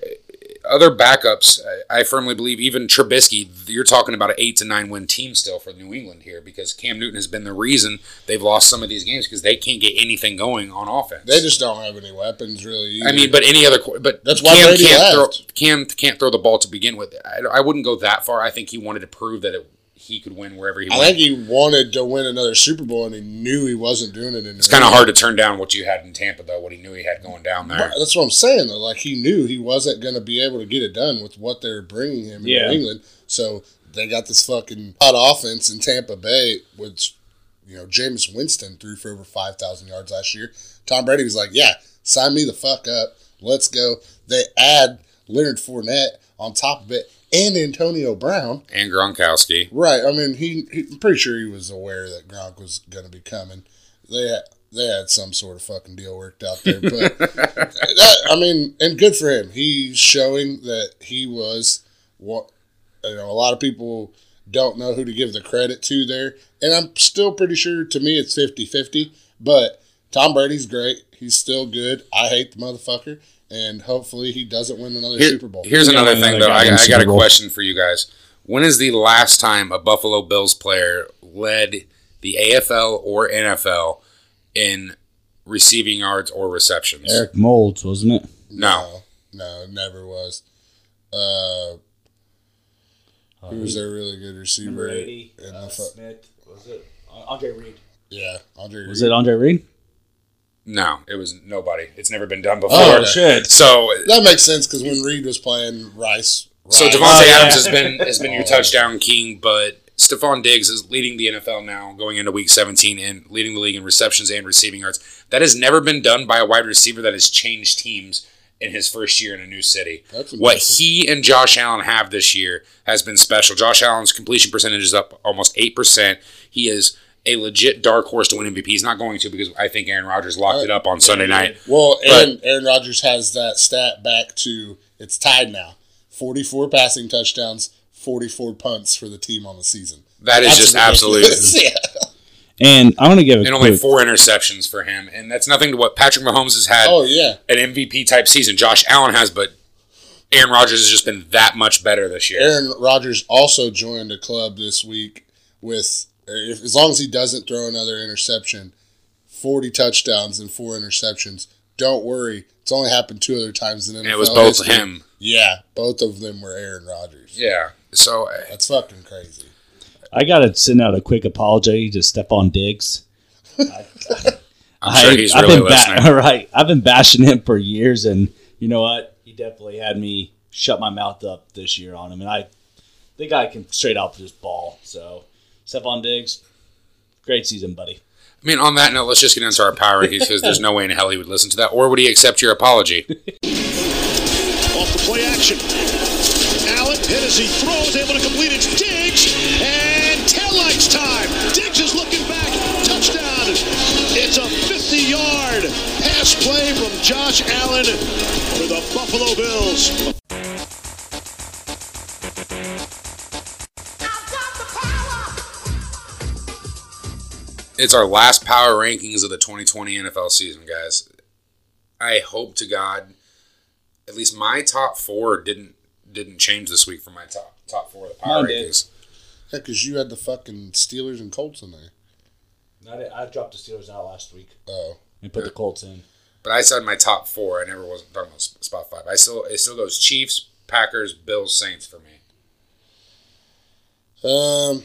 S3: Other backups, I, I firmly believe, even Trubisky, you're talking about an eight to nine win team still for New England here because Cam Newton has been the reason they've lost some of these games because they can't get anything going on offense.
S2: they just don't have any weapons really. Either.
S3: I mean, but any other, qu- but
S2: That's why Brady
S3: can't throw,
S2: left.
S3: Cam can't throw the ball to begin with. I, I wouldn't go that far. I think he wanted to prove that it, he could win wherever he
S2: I
S3: went.
S2: think he wanted to win another Super Bowl, and he knew he wasn't doing it. In
S3: it's kind of hard to turn down what you had in Tampa though. What he knew he had going down there.
S2: That's what I'm saying though. Like he knew he wasn't going to be able to get it done with what they were bringing him
S4: Yeah.
S2: in New England. So they got this fucking hot offense in Tampa Bay, which you know Jameis Winston threw for over five thousand yards last year. Tom Brady was like, "Yeah, sign me the fuck up, let's go." They add Leonard Fournette on top of it and Antonio Brown.
S3: And Gronkowski.
S2: Right. I mean, he, he I'm pretty sure he was aware that Gronk was going to be coming. They had, they had some sort of fucking deal worked out there, but that, I mean, and good for him. He's showing that he was what you know. A lot of people don't know who to give the credit to there, and I'm still pretty sure. To me, it's 50-50, But Tom Brady's great. He's still good. I hate the motherfucker, and hopefully, he doesn't win another
S3: Here-
S2: Super Bowl.
S3: Here's
S4: Yeah,
S3: another
S4: another
S3: thing, though.
S4: guy
S3: I,
S4: in
S3: I
S4: Super
S3: got a
S4: Bowl.
S3: question for you guys. When is the last time a Buffalo Bills player led the AFL or NFL in receiving yards or receptions?
S4: Eric Molds, wasn't it?
S3: No.
S2: No, it never was. Uh, who was their really good receiver? in the fu-
S4: uh, Smith, was it? Andre Reed.
S2: yeah, Andre.
S4: Was
S2: Reed.
S4: it Andre Reed?
S3: No, it was nobody. It's never been done before.
S2: Oh,
S4: shit.
S3: So,
S2: That makes sense because when Reed was playing Rice,
S3: so
S2: Rice-
S3: Devontae
S4: Oh, yeah.
S3: Adams has been has been your touchdown king, but Stephon Diggs is leading the NFL now, going into Week 17 and leading the league in receptions and receiving yards. That has never been done by a wide receiver that has changed teams in his first year in a new city.
S2: That's
S3: what
S2: impressive.
S3: he and Josh Allen have this year has been special. Josh Allen's completion percentage is up almost 8%. He is a legit dark horse to win MVP. He's not going to because I think Aaron Rodgers locked
S2: Uh,
S3: it up on Sunday night.
S2: Well, and Aaron Rodgers has that stat back to it's tied now. Forty-four passing touchdowns, forty-four punts for the team on the season.
S3: That is
S2: That's
S3: just
S2: ridiculous.
S3: absolute.
S2: yeah.
S4: And I'm gonna give a
S3: And only
S4: quick.
S3: four interceptions for him. And that's nothing to what Patrick Mahomes has had.
S2: Oh yeah.
S3: an MVP type season. Josh Allen has, but Aaron Rodgers has just been that much better this year.
S2: Aaron Rodgers also joined a club this week with, if, as long as he doesn't throw another interception, 40 touchdowns and four interceptions. Don't worry, it's only happened two other times in NFL
S3: and it was
S4: Oh,
S3: both
S2: history.
S3: him.
S2: Yeah, both of them were Aaron Rodgers.
S3: Yeah. So uh,
S2: That's fucking crazy.
S4: I gotta send out a quick apology to Stephon Diggs.
S3: I'm sure he's really
S4: been ba-
S3: listening.
S4: right. I've been bashing him for years, and you know what? He definitely had me shut my mouth up this year on him, and I think I can straight out just ball. So Stephon Diggs, great season, buddy.
S3: I mean, on that note, let's just get into our power rankings because there's no way in hell he would listen to that, or would he accept your apology?
S6: Off the play action. Allen hit as he throws, able to complete it. Diggs and taillights time. Diggs is looking back. Touchdown. It's a 50-yard pass play from Josh Allen for the Buffalo Bills.
S3: It's our last power rankings of the 2020 NFL season, guys. I hope to God, at least my top four didn't didn't change this week from my top top four of the power
S4: Mine did.
S3: rankings.
S2: Yeah, because you had the fucking Steelers and Colts in there.
S4: I dropped the Steelers out last week
S2: Oh.
S4: and put the Colts in.
S3: But I said my top four. I never wasn't talking about sp- spot five. I still it still goes Chiefs, Packers, Bills, Saints for me.
S2: Um,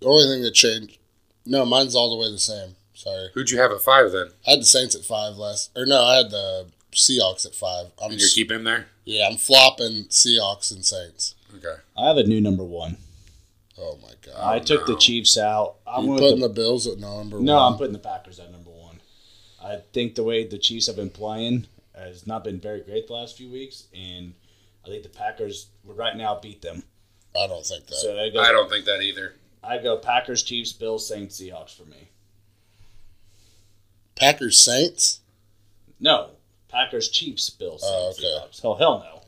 S2: the only thing that changed. No, mine's all the way the same. Sorry.
S3: Who'd you have at five then?
S2: I had the Saints at five last. Or no, I had the Seahawks at five. I'm
S3: Did you keep him there?
S2: Yeah, I'm flopping Seahawks and Saints.
S3: Okay.
S4: I have a new number one.
S2: Oh my god.
S4: I took the Chiefs out. I'm
S2: you
S4: with
S2: putting
S4: the-
S2: the Bills at number
S4: no,
S2: one.
S4: I'm putting the Packers at number one. I think the way the Chiefs have been playing has not been very great the last few weeks, and I think the Packers would right now beat them.
S2: I don't think that.
S4: So I go,
S3: I don't think that either.
S4: I go Packers, Chiefs, Bills, Saints, Seahawks for me.
S2: Packers Saints.
S4: No, Packers, Chiefs, Bills,
S2: Oh,
S4: Saints,
S2: okay.
S4: Seahawks. Oh hell no.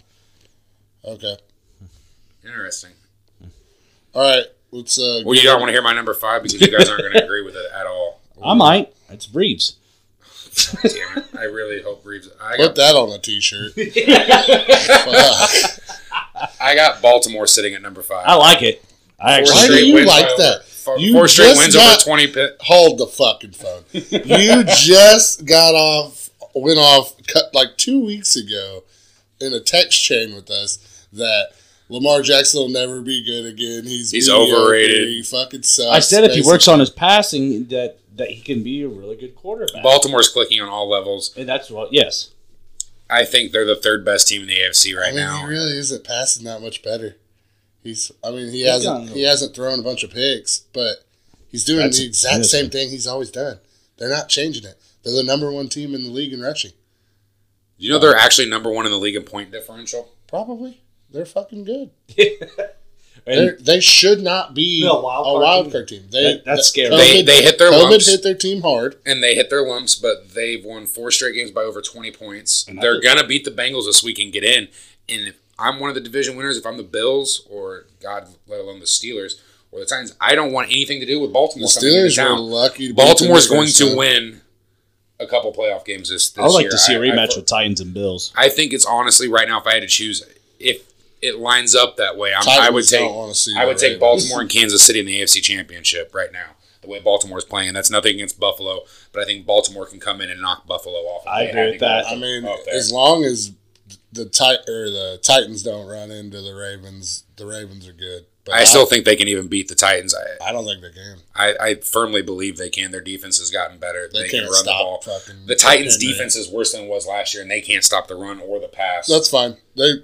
S2: Okay.
S3: Interesting.
S2: All right. Let's. Uh,
S3: Well, you don't want to hear my number five because you guys aren't going to agree with it at all.
S4: I might. It's Reeves.
S3: Damn it! I really hope Reeves. I
S2: put
S3: got
S2: that on a T-shirt. Fuck.
S3: I got Baltimore sitting at number five.
S4: I like it.
S3: Four
S4: I
S2: Why
S4: actually
S2: do
S3: straight
S2: you
S3: wins
S2: like
S3: over-
S2: that?
S3: Four,
S2: You
S3: four straight
S2: just
S3: wins
S2: got-
S3: over twenty pit.
S2: Hold the fucking phone. You just got off. Went off. Cut like two weeks ago in a text chain with us that. Lamar Jackson will never be good again. He's
S3: He's
S2: mediocre.
S3: overrated.
S2: He fucking sucks.
S4: I said if he
S2: basically.
S4: works on his passing that that he can be a really good quarterback.
S3: Baltimore's clicking on all levels.
S4: and that's what yes.
S3: I think they're the third best team in the AFC right
S2: I mean,
S3: now.
S2: he really isn't passing that much better. He's, I mean, he
S4: done-
S2: hasn't he hasn't thrown a bunch of picks, but he's doing
S4: That's-
S2: the exact
S4: that's-
S2: same thing he's always done. They're not changing it. They're the number one team in the league in rushing.
S3: you know they're actually number one in the league in point differential.
S2: Probably they're fucking good.
S4: And
S2: They're, they should not be
S4: They're
S2: a
S4: a wild card
S2: wild
S4: team.
S2: card team. They,
S4: That- that's scary.
S3: They- they hit their
S2: COVID
S3: lumps.
S2: hit their team hard.
S3: and they hit their lumps, but they've won four straight games by over 20 points.
S4: And I
S3: They're
S4: think-
S3: going to beat the Bengals this week and get in. And if I'm one of the division winners, if I'm the Bills or, God, let alone the Steelers or the Titans, I don't want anything to do with
S2: The
S3: Baltimore. coming into
S2: Steelers were
S3: town.
S2: lucky. To beat
S3: Baltimore's
S2: them the
S3: going
S2: first
S3: to
S2: time.
S3: win a couple playoff games this, this
S4: I would like
S3: year.
S4: to see a
S3: I- I-
S4: rematch with Titans and Bills.
S3: I think it's honestly right now, if I had to choose, if it lines up that way, I'm, I would
S2: Titans
S3: take
S2: don't wanna see
S3: I would
S2: the
S3: take
S2: Ravens.
S3: Baltimore and Kansas City in the AFC Championship right now. The way Baltimore's playing, that's nothing against Buffalo, but I think Baltimore can come in and knock Buffalo off.
S4: I
S3: They
S4: agree
S3: had
S4: with
S3: to go
S4: that.
S2: I mean,
S3: up there.
S2: as long as the tit- or the Titans don't run into the Ravens, the Ravens are good. But
S3: I still think they can even beat the Titans. I,
S2: I don't think they can.
S3: I, I firmly believe they can. Their defense has gotten better.
S2: They
S3: They, can
S2: can't
S3: run
S2: stop
S3: the ball.
S2: fucking
S3: The Titans'
S2: Henry.
S3: defense is worse than it was last year, and they can't stop the run or the pass.
S2: That's fine. They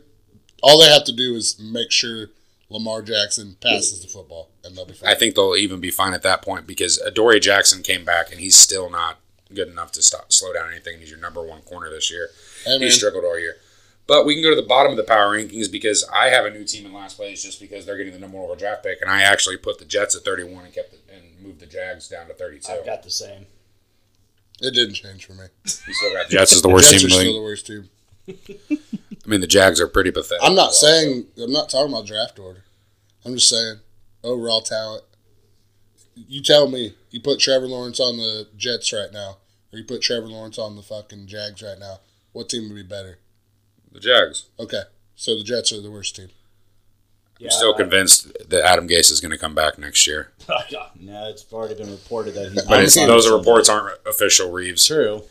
S2: all they have to do is make sure Lamar Jackson passes the football, and they'll be fine.
S3: I think they'll even be fine at that point because Adoree Jackson came back and he's still not good enough to stop slow down anything. He's your number one corner this year.
S2: Hey,
S3: He
S2: man.
S3: struggled all year. But we can go to the bottom of the power rankings because I have a new team in last place just because they're getting the number one overall draft pick, and I actually put the Jets at thirty one and kept it and moved the Jags down to thirty two.
S4: I've got the same.
S2: It didn't change for me.
S3: You still got Jets is the worst
S2: Jets are
S3: team in the
S2: still
S3: league.
S2: the worst team.
S3: I mean, the Jags are pretty pathetic.
S2: I'm not
S3: as well.
S2: saying I'm not talking about draft order. I'm just saying overall talent. You tell me you put Trevor Lawrence on the Jets right now, or you put Trevor Lawrence on the fucking Jags right now. What team would be better?
S3: the Jags.
S2: Okay, so the Jets are the worst team.
S4: Yeah,
S3: I'm still
S4: I-
S3: convinced that Adam Gase is going to come back next year.
S4: no, it's already been reported that he's.
S3: But it's,
S2: not-
S3: those reports aren't official, Reeves.
S4: True.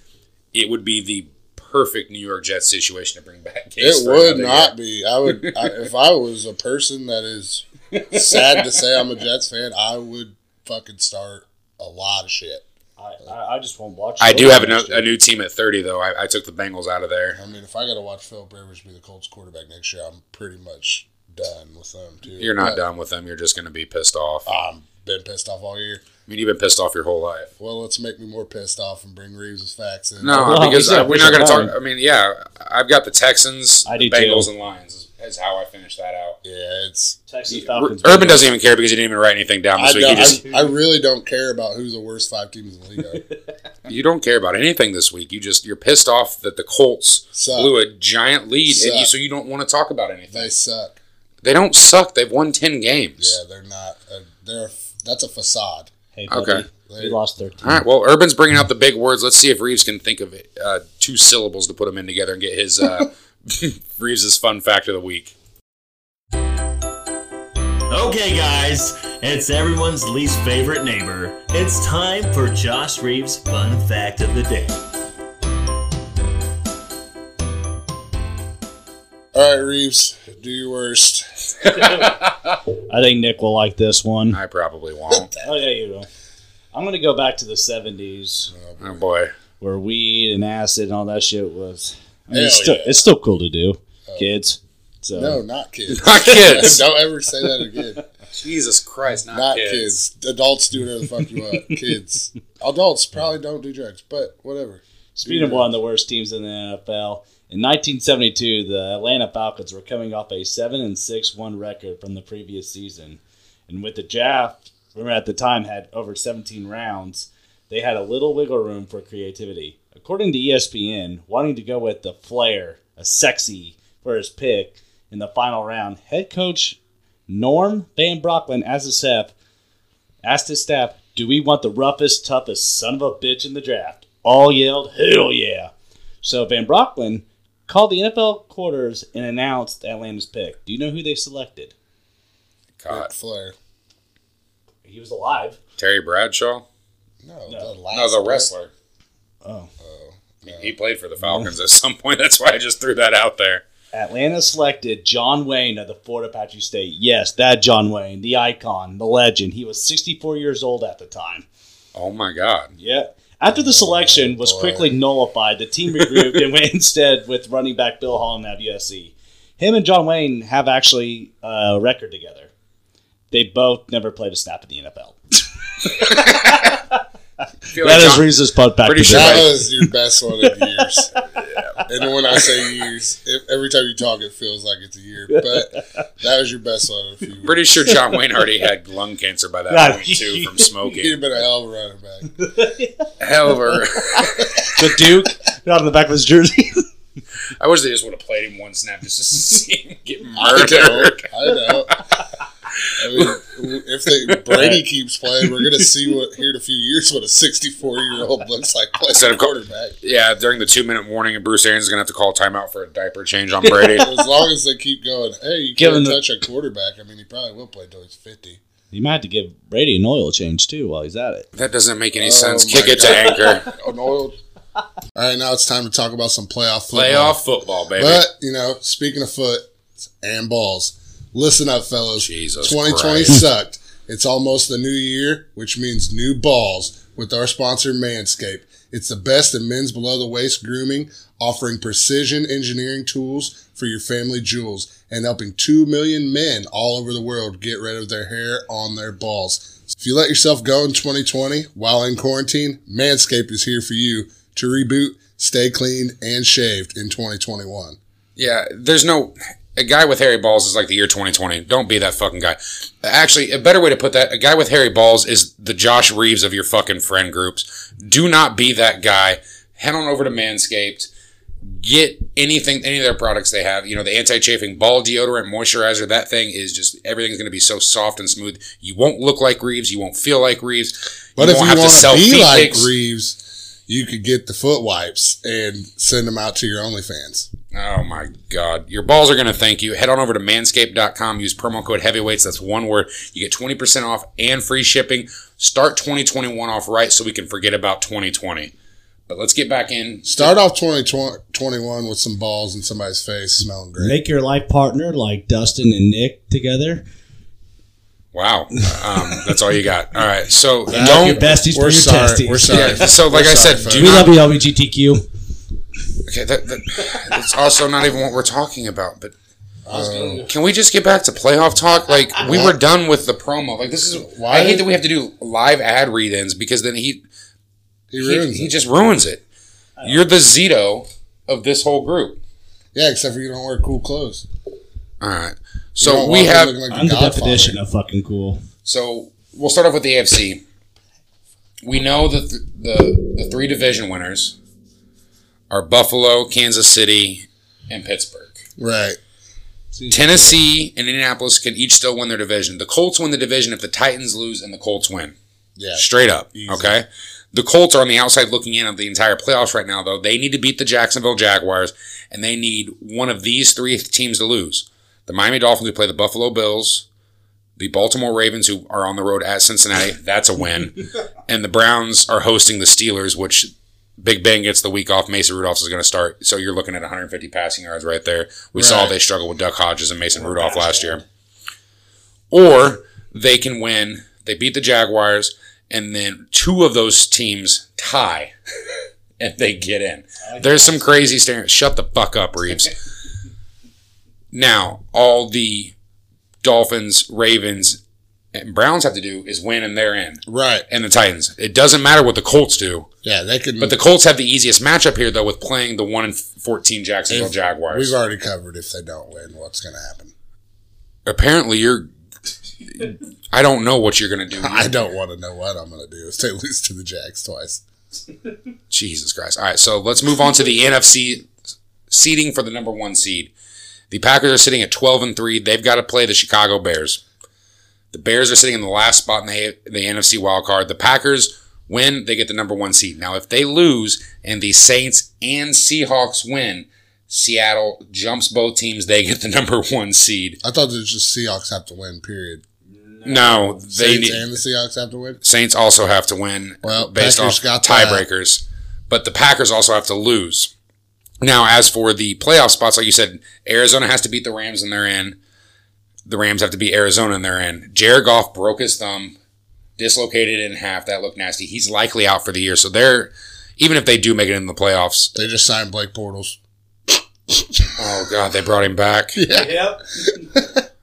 S3: It would be the perfect New York Jets situation to bring back Gase.
S2: It
S3: for
S2: would
S3: another
S2: not
S3: year.
S2: be. I would I, if I was a person that is sad to say I'm a Jets fan. I would fucking start a lot of shit.
S4: I, I, I just won't watch.
S3: I
S4: it.
S3: do have a, no- a new team at 30, though. I, I took the Bengals out of there.
S2: I mean, if I got to watch Philip Rivers be the Colts quarterback next year, I'm pretty much done with them too.
S3: You're not
S2: But
S3: done with them. You're just going to be pissed off. I
S2: I've been pissed off all year.
S3: mean, you've been pissed off your whole life.
S2: Well, let's make me more pissed off and bring Reeves' facts in.
S3: No,
S4: Well,
S3: because
S4: we said
S3: uh, we're not
S4: we
S3: going to
S4: should
S3: talk. I mean, yeah, I've got the Texans,
S4: I
S3: the
S4: do, too.
S3: Bengals, and Lions is, is how I finished that out.
S2: Yeah, it's.
S4: Texas
S3: Ur-
S4: Falcons.
S3: Urban doesn't even care because he didn't even write anything down
S2: I,
S3: this week. He
S2: don't,
S3: just
S2: I, I really don't care about who the worst five teams in the league are.
S3: you don't care about anything this week. You just you're pissed off that the Colts
S2: Suck.
S3: blew a giant lead, and you,
S2: Suck.
S3: so you don't want to talk about anything.
S2: they suck.
S3: They don't suck. They've won ten games.
S2: Yeah, they're not. Uh, they're. a f- That's a facade.
S4: Hey, buddy,
S3: Okay.
S4: We lost thirteen.
S3: All right. Well, Urban's bringing out the big words. Let's see if Reeves can think of uh, two syllables to put them in together and get his uh, Reeves's fun fact of the week.
S1: Okay, guys, it's everyone's least favorite neighbor. It's time for Josh Reeves' fun fact of the day.
S2: All right, Reeves, do your worst.
S4: I think Nick will like this one.
S3: I probably won't.
S4: Oh yeah, you will. I'm gonna go back to the '70s
S3: oh boy.
S4: where weed and acid and all that shit was. I mean,
S2: Hell
S4: it's still,
S2: yeah.
S4: it's still cool to do, kids. So
S2: No, not kids.
S3: Not kids.
S2: Don't ever say that again.
S3: Jesus Christ. Not,
S2: Not
S3: kids.
S2: kids. Adults do whatever the fuck you want. kids. Adults probably don't do drugs, but whatever.
S4: Speaking of one of the worst teams in the NFL, in 1972, the Atlanta Falcons were coming off a seven and six one record from the previous season, and with the draft, remember at the time had over 17 rounds, they had a little wiggle room for creativity. According to E ESPN, wanting to go with the flair, a sexy for his pick in the final round, head coach Norm Van Brocklin as a staff asked his staff, Do we want the roughest, toughest son of a bitch in the draft? All yelled, Hell yeah. So Van Brocklin called the NFL quarters and announced Atlanta's pick. Do you know who they selected?
S2: Ric
S3: God.
S2: Flair.
S4: He was alive.
S3: Terry Bradshaw.
S2: No,
S4: No.
S2: the last
S3: No, the wrestler. Uh,
S4: Oh.
S3: He, he played for the Falcons at some point. That's why I just threw that out there.
S4: Atlanta selected John Wayne of the Fort Apache State. Yes, that John Wayne, the icon, the legend. He was 64 years old at the time.
S3: Oh my God.
S4: Yeah. After the selection was
S2: boy.
S4: quickly nullified, the team regrouped and went instead with running back Bill Holland at USC. Him and John Wayne have actually uh, a record together. They both never played a snap in the NFL.
S3: I feel
S4: That
S3: like
S4: is
S3: John-
S4: Reese's putt back.
S3: Pretty
S4: to
S3: sure
S4: the-
S2: That
S3: Right.
S2: was your best one in years. And when I say years, if, every time you talk, it feels like it's a year. But that was your best one in a few years.
S3: Pretty sure John Wayne already had lung cancer by that
S4: Yeah.
S3: point too from
S2: He'd
S3: smoking.
S2: have been a hell of a running back.
S3: However,
S4: The Duke, not on the back of his jersey.
S3: I wish they just would have played him one snap just to see him get
S2: I don't.
S3: murdered.
S2: I don't. I mean, if they, Brady keeps playing, we're gonna see what here in a few years what a 64 year old looks like playing
S3: Instead of co-
S2: quarterback.
S3: Yeah, during the two minute warning, Bruce Arians is gonna have to call timeout for a diaper change on Brady.
S2: As long as they keep going, hey, you
S4: Give him
S2: can't
S4: the-
S2: touch a quarterback. I mean, he probably will play until he's 50.
S4: You might have to give Brady an oil change too while he's at it.
S3: that doesn't make any sense.
S2: my
S3: Kick it to anchor.
S2: An oil. All right, now it's time to talk about some playoff football.
S3: Playoff football, baby.
S2: But you know, speaking of foot and balls, listen up, fellas.
S3: Jesus
S2: 2020
S3: Christ.
S2: sucked. It's almost the new year, which means new balls with our sponsor Manscaped. It's the best in men's below the waist grooming, offering precision engineering tools for your family jewels. and helping 2 million men all over the world get rid of their hair on their balls. If you let yourself go in 2020 while in quarantine, Manscaped is here for you to reboot, stay clean, and shaved in 2021.
S3: Yeah, there's no a guy with hairy balls is like the year 2020. Don't be that fucking guy. Actually, a better way to put that, a guy with hairy balls is the Josh Reeves of your fucking friend groups. Do not be that guy. Head on over to Manscaped. Get anything, any of their products they have. You know, the anti-chafing ball deodorant, moisturizer, that thing is just everything's going to be so soft and smooth. You won't look like Reeves. You won't feel like Reeves.
S2: But if you
S3: won't
S2: want to be
S3: feet
S2: like
S3: pics.
S2: Reeves, you could get the foot wipes and send them out to your OnlyFans.
S3: Oh my God. Your balls are going to thank you. Head on over to manscaped.com. Use promo code heavyweights. That's one word. You get 20% off and free shipping. Start 2021 off right so we can forget about 2020. But let's get back in.
S2: Start off 2021 with some balls in somebody's face smelling great.
S4: Make your life partner like Dustin and Nick together.
S3: Wow. Um, that's all you got. All right. So
S4: Don't
S3: don't.
S4: your besties
S2: we're
S4: for your
S2: sorry.
S4: testes.
S2: We're sorry.
S3: Yeah, so, like
S2: We're
S3: I
S2: sorry,
S3: said,
S2: folks.
S3: do
S4: We
S3: not.
S4: love you, LGBTQ.
S3: Okay, that, that, that's also not even what we're talking about. But um, can we just get back to playoff talk? Like we were done with the promo. Like this is why I hate that we have to do live ad read-ins because then he
S2: He
S3: he,
S2: ruins
S3: he
S2: it.
S3: just ruins it. You're the Zito of this whole group.
S2: yeah, except for you don't wear cool clothes.
S3: All right.
S2: You
S3: So
S2: don't
S3: we
S2: walk in
S3: have.
S2: looking like
S4: I'm the
S2: Godfather.
S4: definition of fucking cool.
S3: So we'll start off with the AFC. We know that th- the the three division winners are Buffalo, Kansas City, and Pittsburgh.
S2: Right.
S3: Tennessee and Indianapolis can each still win their division. The Colts win the division if the Titans lose and the Colts win.
S2: Yeah.
S3: Straight up. Okay. The Colts are on the outside looking in of the entire playoffs right now, though. They need to beat the Jacksonville Jaguars, and they need one of these three teams to lose. The Miami Dolphins, who play the Buffalo Bills, the Baltimore Ravens, who are on the road at Cincinnati, that's a win. and the Browns are hosting the Steelers, which Big Ben gets the week off. Mason Rudolph is going to start. So you're looking at 150 passing yards right there. We saw
S2: Right.
S3: they struggled with Duck Hodges and Mason Rudolph last year. Or they can win. They beat the Jaguars, and then two of those teams tie, and they get in. There's some crazy staring. Shut the fuck up, Reeves. now, all the Dolphins, Ravens, and Browns have to do is win, and they're in.
S2: Right.
S3: And the Titans. It doesn't matter what the Colts do.
S2: Yeah, they could.
S3: But the Colts have the easiest matchup here, though, with playing the one and fourteen Jacksonville Jaguars.
S2: We've already covered if they don't win, what's going to happen.
S3: Apparently, you're. I don't know what you're going to do.
S2: I don't want to know what I'm going to do if they lose to the Jags twice.
S3: Jesus Christ! All right, so let's move on to the NFC seeding for the number one seed. The Packers are sitting at twelve and three. They've got to play the Chicago Bears. The Bears are sitting in the last spot in the, the NFC wild card. The Packers win, they get the number one seed. Now, if they lose and the Saints and Seahawks win, Seattle jumps both teams. They get the number one seed.
S2: I thought it was just Seahawks have to win, period.
S3: No, they
S2: Saints
S3: need,
S2: and the Seahawks have to win?
S3: Saints also have to win
S2: Well,
S3: based
S2: Packers
S3: off
S2: got that.
S3: tiebreakers, but the Packers also have to lose. Now, as for the playoff spots, like you said, Arizona has to beat the Rams and they're in. The Rams have to beat Arizona and they're in. Jared Goff broke his thumb, dislocated it in half. That looked nasty. He's likely out for the year. So they're even if they do make it in the playoffs.
S2: They just signed Blake Portals.
S3: Oh God, they brought him back.
S4: Yep.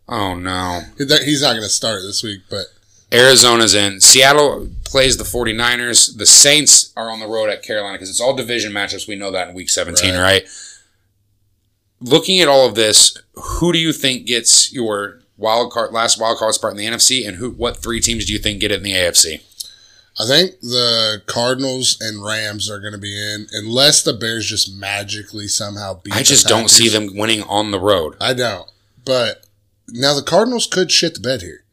S3: Oh no.
S2: That- He's not going to start this week, but
S3: Arizona's in. Seattle plays the 49ers. The Saints are on the road at Carolina because it's all division matchups. We know that in week 17, right. Looking at all of this, who do you think gets your wild card last wild card spot in the NFC and who what three teams do you think get it in the AFC?
S2: I think the Cardinals and Rams are going to be in, unless the Bears just magically somehow beat
S3: I
S2: the
S3: just don't
S2: Packers.
S3: see them winning on the road.
S2: I don't. But now the Cardinals could shit the bed here.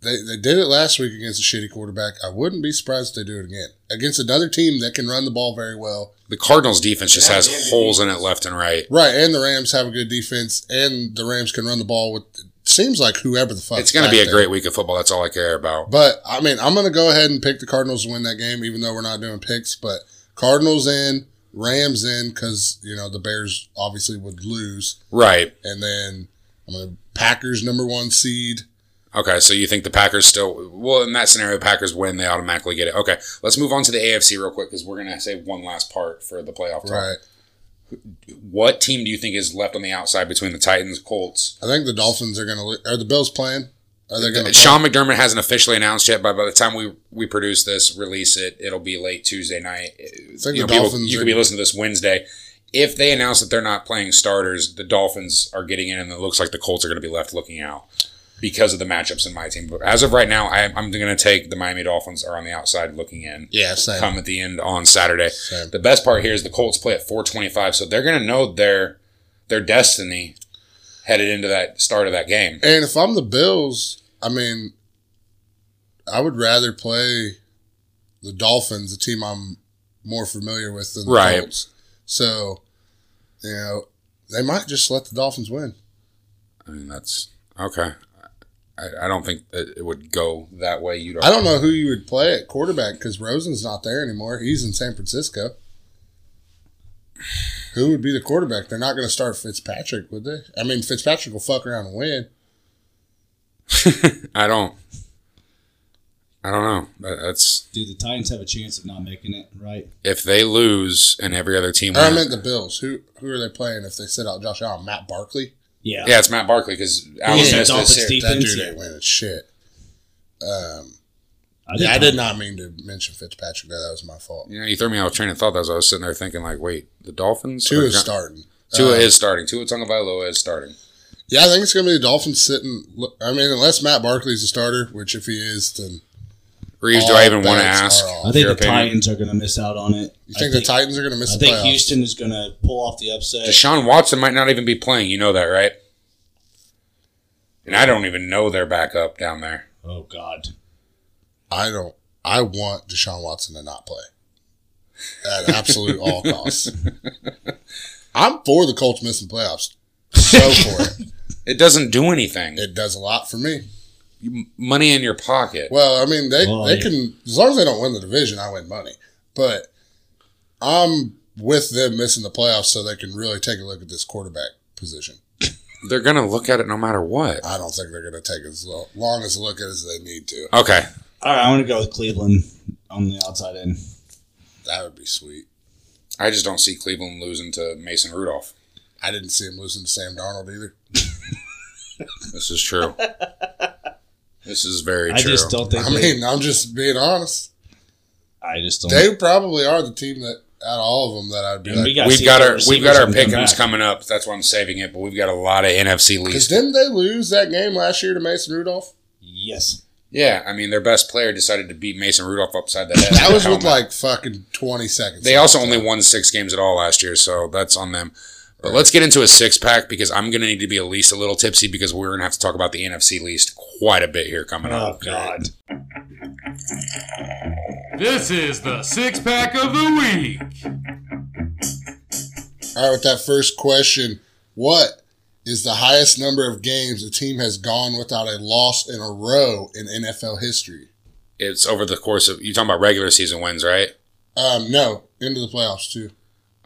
S2: They, they did it last week against a shitty quarterback. I wouldn't be surprised if they do it again against another team that can run the ball very well.
S3: The Cardinals defense just has holes in it left and right.
S2: Right, and the Rams have a good defense, and the Rams can run the ball with. It seems like whoever the fuck.
S3: It's going to be a great week of football. That's all I care about.
S2: But I mean, I'm going to go ahead and pick the Cardinals to win that game, even though we're not doing picks. But Cardinals in, Rams in, because you know the Bears obviously would lose,
S3: Right.
S2: and then I'm going to Packers number one seed.
S3: Okay, so you think the Packers still? Well, in that scenario, Packers win, they automatically get it. Okay, let's move on to the AFC real quick because we're gonna say one last part for the playoff. Talk.
S2: Right.
S3: What team do you think is left on the outside between the Titans, Colts?
S2: I think the Dolphins are going to lo- are the Bills playing? Are they going to
S3: Sean McDermott hasn't officially announced yet, but by the time we we produce this, release it, it'll be late Tuesday night.
S2: think
S3: you
S2: the
S3: people-
S2: Dolphins
S3: you
S2: are-
S3: could be listening to this Wednesday. If they announce that they're not playing starters, the Dolphins are getting in, and it looks like the Colts are going to be left looking out because of the matchups in my team. But as of right now, I, I'm going to take the Miami Dolphins are on the outside looking in.
S2: Yeah, same.
S3: come at the end on Saturday. The best part here is the Colts play at 425, so they're going to know their their destiny headed into that start of that game.
S2: And if I'm the Bills, I mean, I would rather play the Dolphins, a team I'm more familiar with than the
S3: Right.
S2: Colts. So, you know, they might just let the Dolphins win.
S3: I mean, that's okay. I, I don't think that it would go that way. You
S2: I don't know who you would play at quarterback because Rosen's not there anymore. He's in San Francisco. Who would be the quarterback? They're not going to start Fitzpatrick, would they? I mean, Fitzpatrick will fuck around and win.
S3: I don't. I don't know. That- That's
S4: Do the Titans have a chance of not making it, right?
S3: if they lose and every other team
S2: Or I
S3: wins.
S2: meant the Bills. Who who are they playing if they sit out Josh Allen? Matt Barkley?
S4: Yeah.
S3: yeah, it's Matt Barkley because Allen
S4: Yeah,
S3: missed
S4: Dolphins
S3: this.
S4: deep.
S2: That
S4: Defense,
S2: dude
S4: yeah.
S2: ain't winning shit. Um,
S4: I
S2: yeah, I did not mean to mention Fitzpatrick. That was my fault.
S3: You know, you threw me off train of thought as I was sitting there thinking, like, wait, the Dolphins?
S2: Two
S3: or
S2: is
S3: Gi-
S2: starting.
S3: Tua
S2: Uh,
S3: is starting. Tua Tagovailoa is starting.
S2: Yeah, I think it's going to be the Dolphins sitting. I mean, unless Matt Barkley's a starter, which if he is, then
S3: Reeves, do
S2: all
S3: I even want to
S2: bets
S3: ask?
S2: are off.
S4: I think
S3: Your
S4: the
S3: opinion?
S4: Titans are going to miss out on it.
S2: You think, the Titans are going to miss
S4: I
S2: the
S4: think
S2: playoffs?
S4: Houston is going to pull off the upset.
S3: Deshaun Watson might not even be playing. You know that, right? And I don't even know their backup down there.
S4: oh God.
S2: I don't. I want Deshaun Watson to not play at absolute all costs. I'm for the Colts missing playoffs. So for it.
S3: It doesn't do anything.
S2: It does a lot for me.
S3: Money in your pocket.
S2: Well, I mean, they
S4: Well,
S2: they
S4: yeah.
S2: can as long as they don't win the division, I win money. But I'm with them missing the playoffs so they can really take a look at this quarterback position.
S3: They're gonna look at it no matter what.
S2: I don't think they're going to take as lo- long as a look at it as they need to.
S3: Okay,
S4: All right, I'm going to go with Cleveland on the outside end.
S2: That would be sweet.
S3: I just don't see Cleveland losing to Mason Rudolph.
S2: I didn't see him losing to Sam Darnold either.
S3: This is true. this is very
S4: I
S3: true.
S4: just don't think.
S2: I
S4: they-
S2: mean, I'm just being honest.
S4: I just don't.
S2: They probably are the team that out of all of them that I'd be
S4: And we
S2: like.
S4: gotta
S3: we've
S4: see
S3: got
S4: if
S3: our
S4: the
S3: we've got our
S4: receivers can come
S3: pickums
S4: back.
S3: coming up. That's why I'm saving it. But we've got a lot of NFC
S2: Because
S3: leads.
S2: didn't they lose that game last year to Mason Rudolph?
S4: Yes.
S3: Yeah, I mean their best player decided to beat Mason Rudolph upside the head.
S2: That was
S3: Helmet.
S2: with like fucking 20 seconds.
S3: They also only won six games at all last year, so that's on them. But let's get into a six pack because I'm going to need to be at least a little tipsy because we're going to have to talk about the NFC least quite a bit here coming
S4: Oh
S3: up.
S4: God.
S1: This is the six pack of the week.
S2: All right, with that first question, what is the highest number of games a team has gone without a loss in a row in NFL history?
S3: It's over the course of you talking about regular season wins, right?
S2: Um, no, into the playoffs too.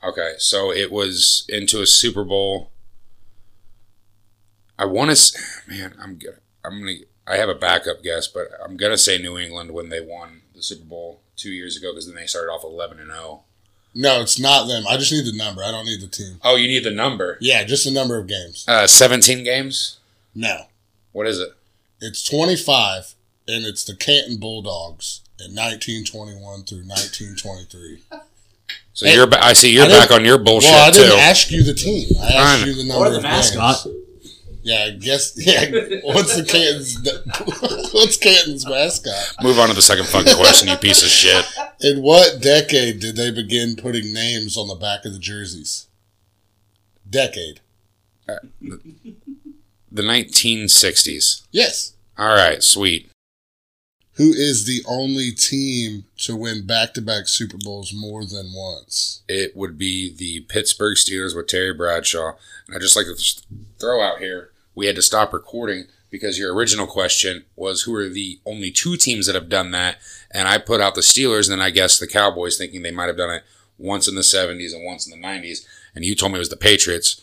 S3: Okay, so it was into a Super Bowl. I want to, man. I'm gonna, I'm gonna. I have a backup guess, but I'm gonna say New England when they won the Super Bowl two years ago because then they started off 11 and oh. 0.
S2: No, it's not them. I just need the number. I don't need the team.
S3: Oh, you need the number.
S2: Yeah, just the number of games.
S3: Uh, 17 games.
S2: No,
S3: What is it?
S2: it's 25, and it's the Canton Bulldogs in 1921 through 1923.
S3: Oh, So you're, ba- I see you're
S2: I didn't-
S3: back on your bullshit
S2: well, I didn't
S3: too.
S2: ask you the team. I asked
S3: Fine.
S2: you the number
S4: Or the
S2: of
S4: mascot.
S2: games. Yeah, I guess. Yeah, what's the Canton's? what's Canton's mascot?
S3: Move on to the second fucking question, you piece of shit.
S2: In what decade did they begin putting names on the back of the jerseys? Decade.
S3: The 1960s.
S2: Yes.
S3: All right, sweet.
S2: Who is the only team to win back to back Super Bowls more than once?
S3: It would be the Pittsburgh Steelers with Terry Bradshaw. And I just like to just throw out here, we had to stop recording because your original question was who are the only two teams that have done that? And I put out the Steelers and then I guessed the Cowboys thinking they might have done it once in the 70s and once in the 90s. And you told me it was the Patriots.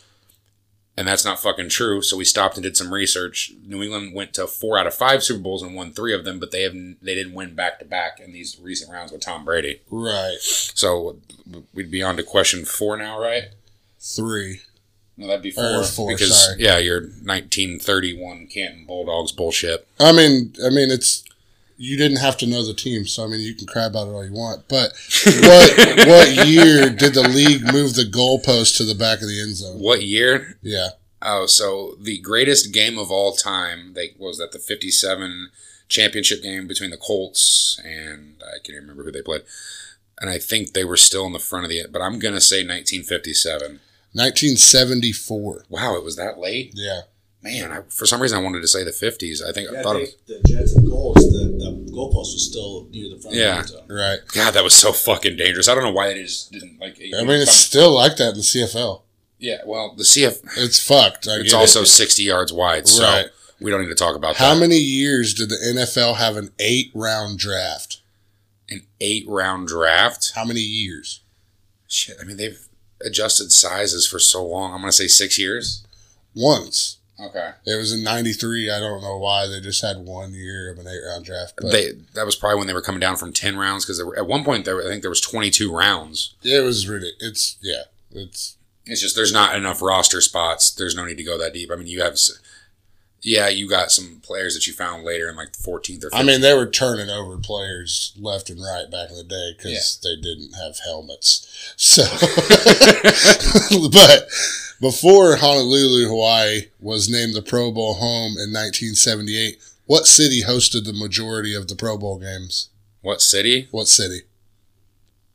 S3: and that's not fucking true. So we stopped and did some research. New England went to four out of five Super Bowls and won three of them, but they have they didn't win back to back in these recent rounds with Tom Brady.
S2: Right.
S3: So we'd be on to question four now, right?
S2: three.
S3: No, that'd be
S2: Or
S3: four.
S2: four,
S3: because
S2: sorry.
S3: yeah, you're 1931 Canton Bulldogs bullshit.
S2: I mean, I mean, it's you didn't have to know the team, so I mean, you can cry about it all you want. But what what year did the league move the goalpost to the back of the end zone?
S3: What year?
S2: Yeah,
S3: Oh, so the greatest game of all time. They what was that the 57 championship game between the Colts and I can't even remember who they played. And I think they were still in the front of the. But I'm gonna say 1957.
S2: 1974.
S3: Wow, it was that late,
S2: Yeah,
S3: man. I, for some reason, I wanted to say the 50s. I think I
S4: Yeah,
S3: thought
S4: they-
S3: of
S4: the Jets and goals. The, the goalpost was still near the front.
S3: Yeah.
S4: Of the end zone.
S2: right.
S3: God. That was so fucking dangerous. I don't know why they just didn't like.
S2: I mean, it's still like that in the CFL.
S3: yeah. Well, the CF.
S2: It's fucked. I
S3: It's
S2: get it.
S3: also 60 yards wide, so
S2: Right.
S3: we don't need to talk about
S2: How
S3: that.
S2: many years did the NFL have an eight round draft?
S3: An eight round draft.
S2: How many years?
S3: Shit. I mean, they've adjusted sizes for so long. I'm gonna say six years.
S2: Once.
S3: Okay.
S2: It was in 93. I don't know why. They just had one year of an eight round draft. But
S3: They that was probably when they were coming down from ten rounds because at one point there were, I think there was twenty two rounds.
S2: it was really, it's, yeah, it's,
S3: It's just there's not enough roster spots. There's no need to go that deep. I mean, you have, s- yeah, you got some players that you found later in like the fourteenth or. 15th.
S2: I mean, they were turning over players left and right back in the day because they didn't have helmets. So, but before Honolulu, Hawaii was named the Pro Bowl home in 1978, what city hosted the majority of the Pro Bowl games?
S3: what city?
S2: What city?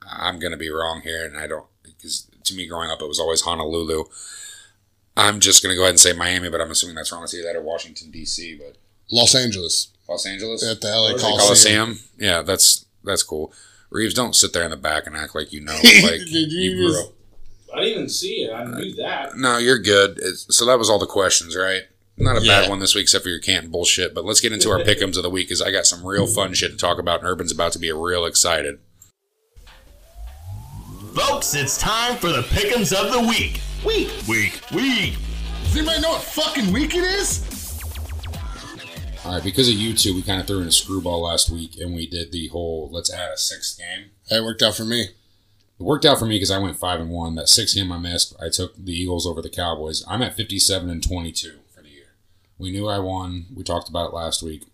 S3: I'm gonna be wrong here, and I don't because to me growing up it was always Honolulu. I'm just gonna go ahead and say Miami, but I'm assuming that's wrong. It's either that or Washington D.C., but
S2: Los Angeles
S3: Los Angeles
S2: at the LA
S3: Or the
S2: Coliseum.
S3: Coliseum. Yeah, that's that's cool. Reeves, don't sit there in the back and act like you know. Like
S2: Did
S3: you,
S2: you
S3: grew
S2: just-
S3: up.
S4: I didn't even see it. I knew that.
S3: No, you're good. It's, so that was all the questions, right? Not a
S2: Yeah.
S3: bad one this week, except for your Canton bullshit. But let's get into our pickums of the week, because I got some real fun shit to talk about, and Urban's about to be real excited.
S1: Folks, it's time for the pickums of the week. Week. Week. Week.
S2: Does anybody know what fucking week it is?
S3: All right, because of you two, we kind of threw in a screwball last week, and we did the whole let's add a sixth game.
S2: That worked out for me.
S3: It worked out for me because I went five and one. That sixth game I missed, I took the Eagles over the Cowboys. I'm at 57 and 22 for the year. We knew I won. We talked about it last week.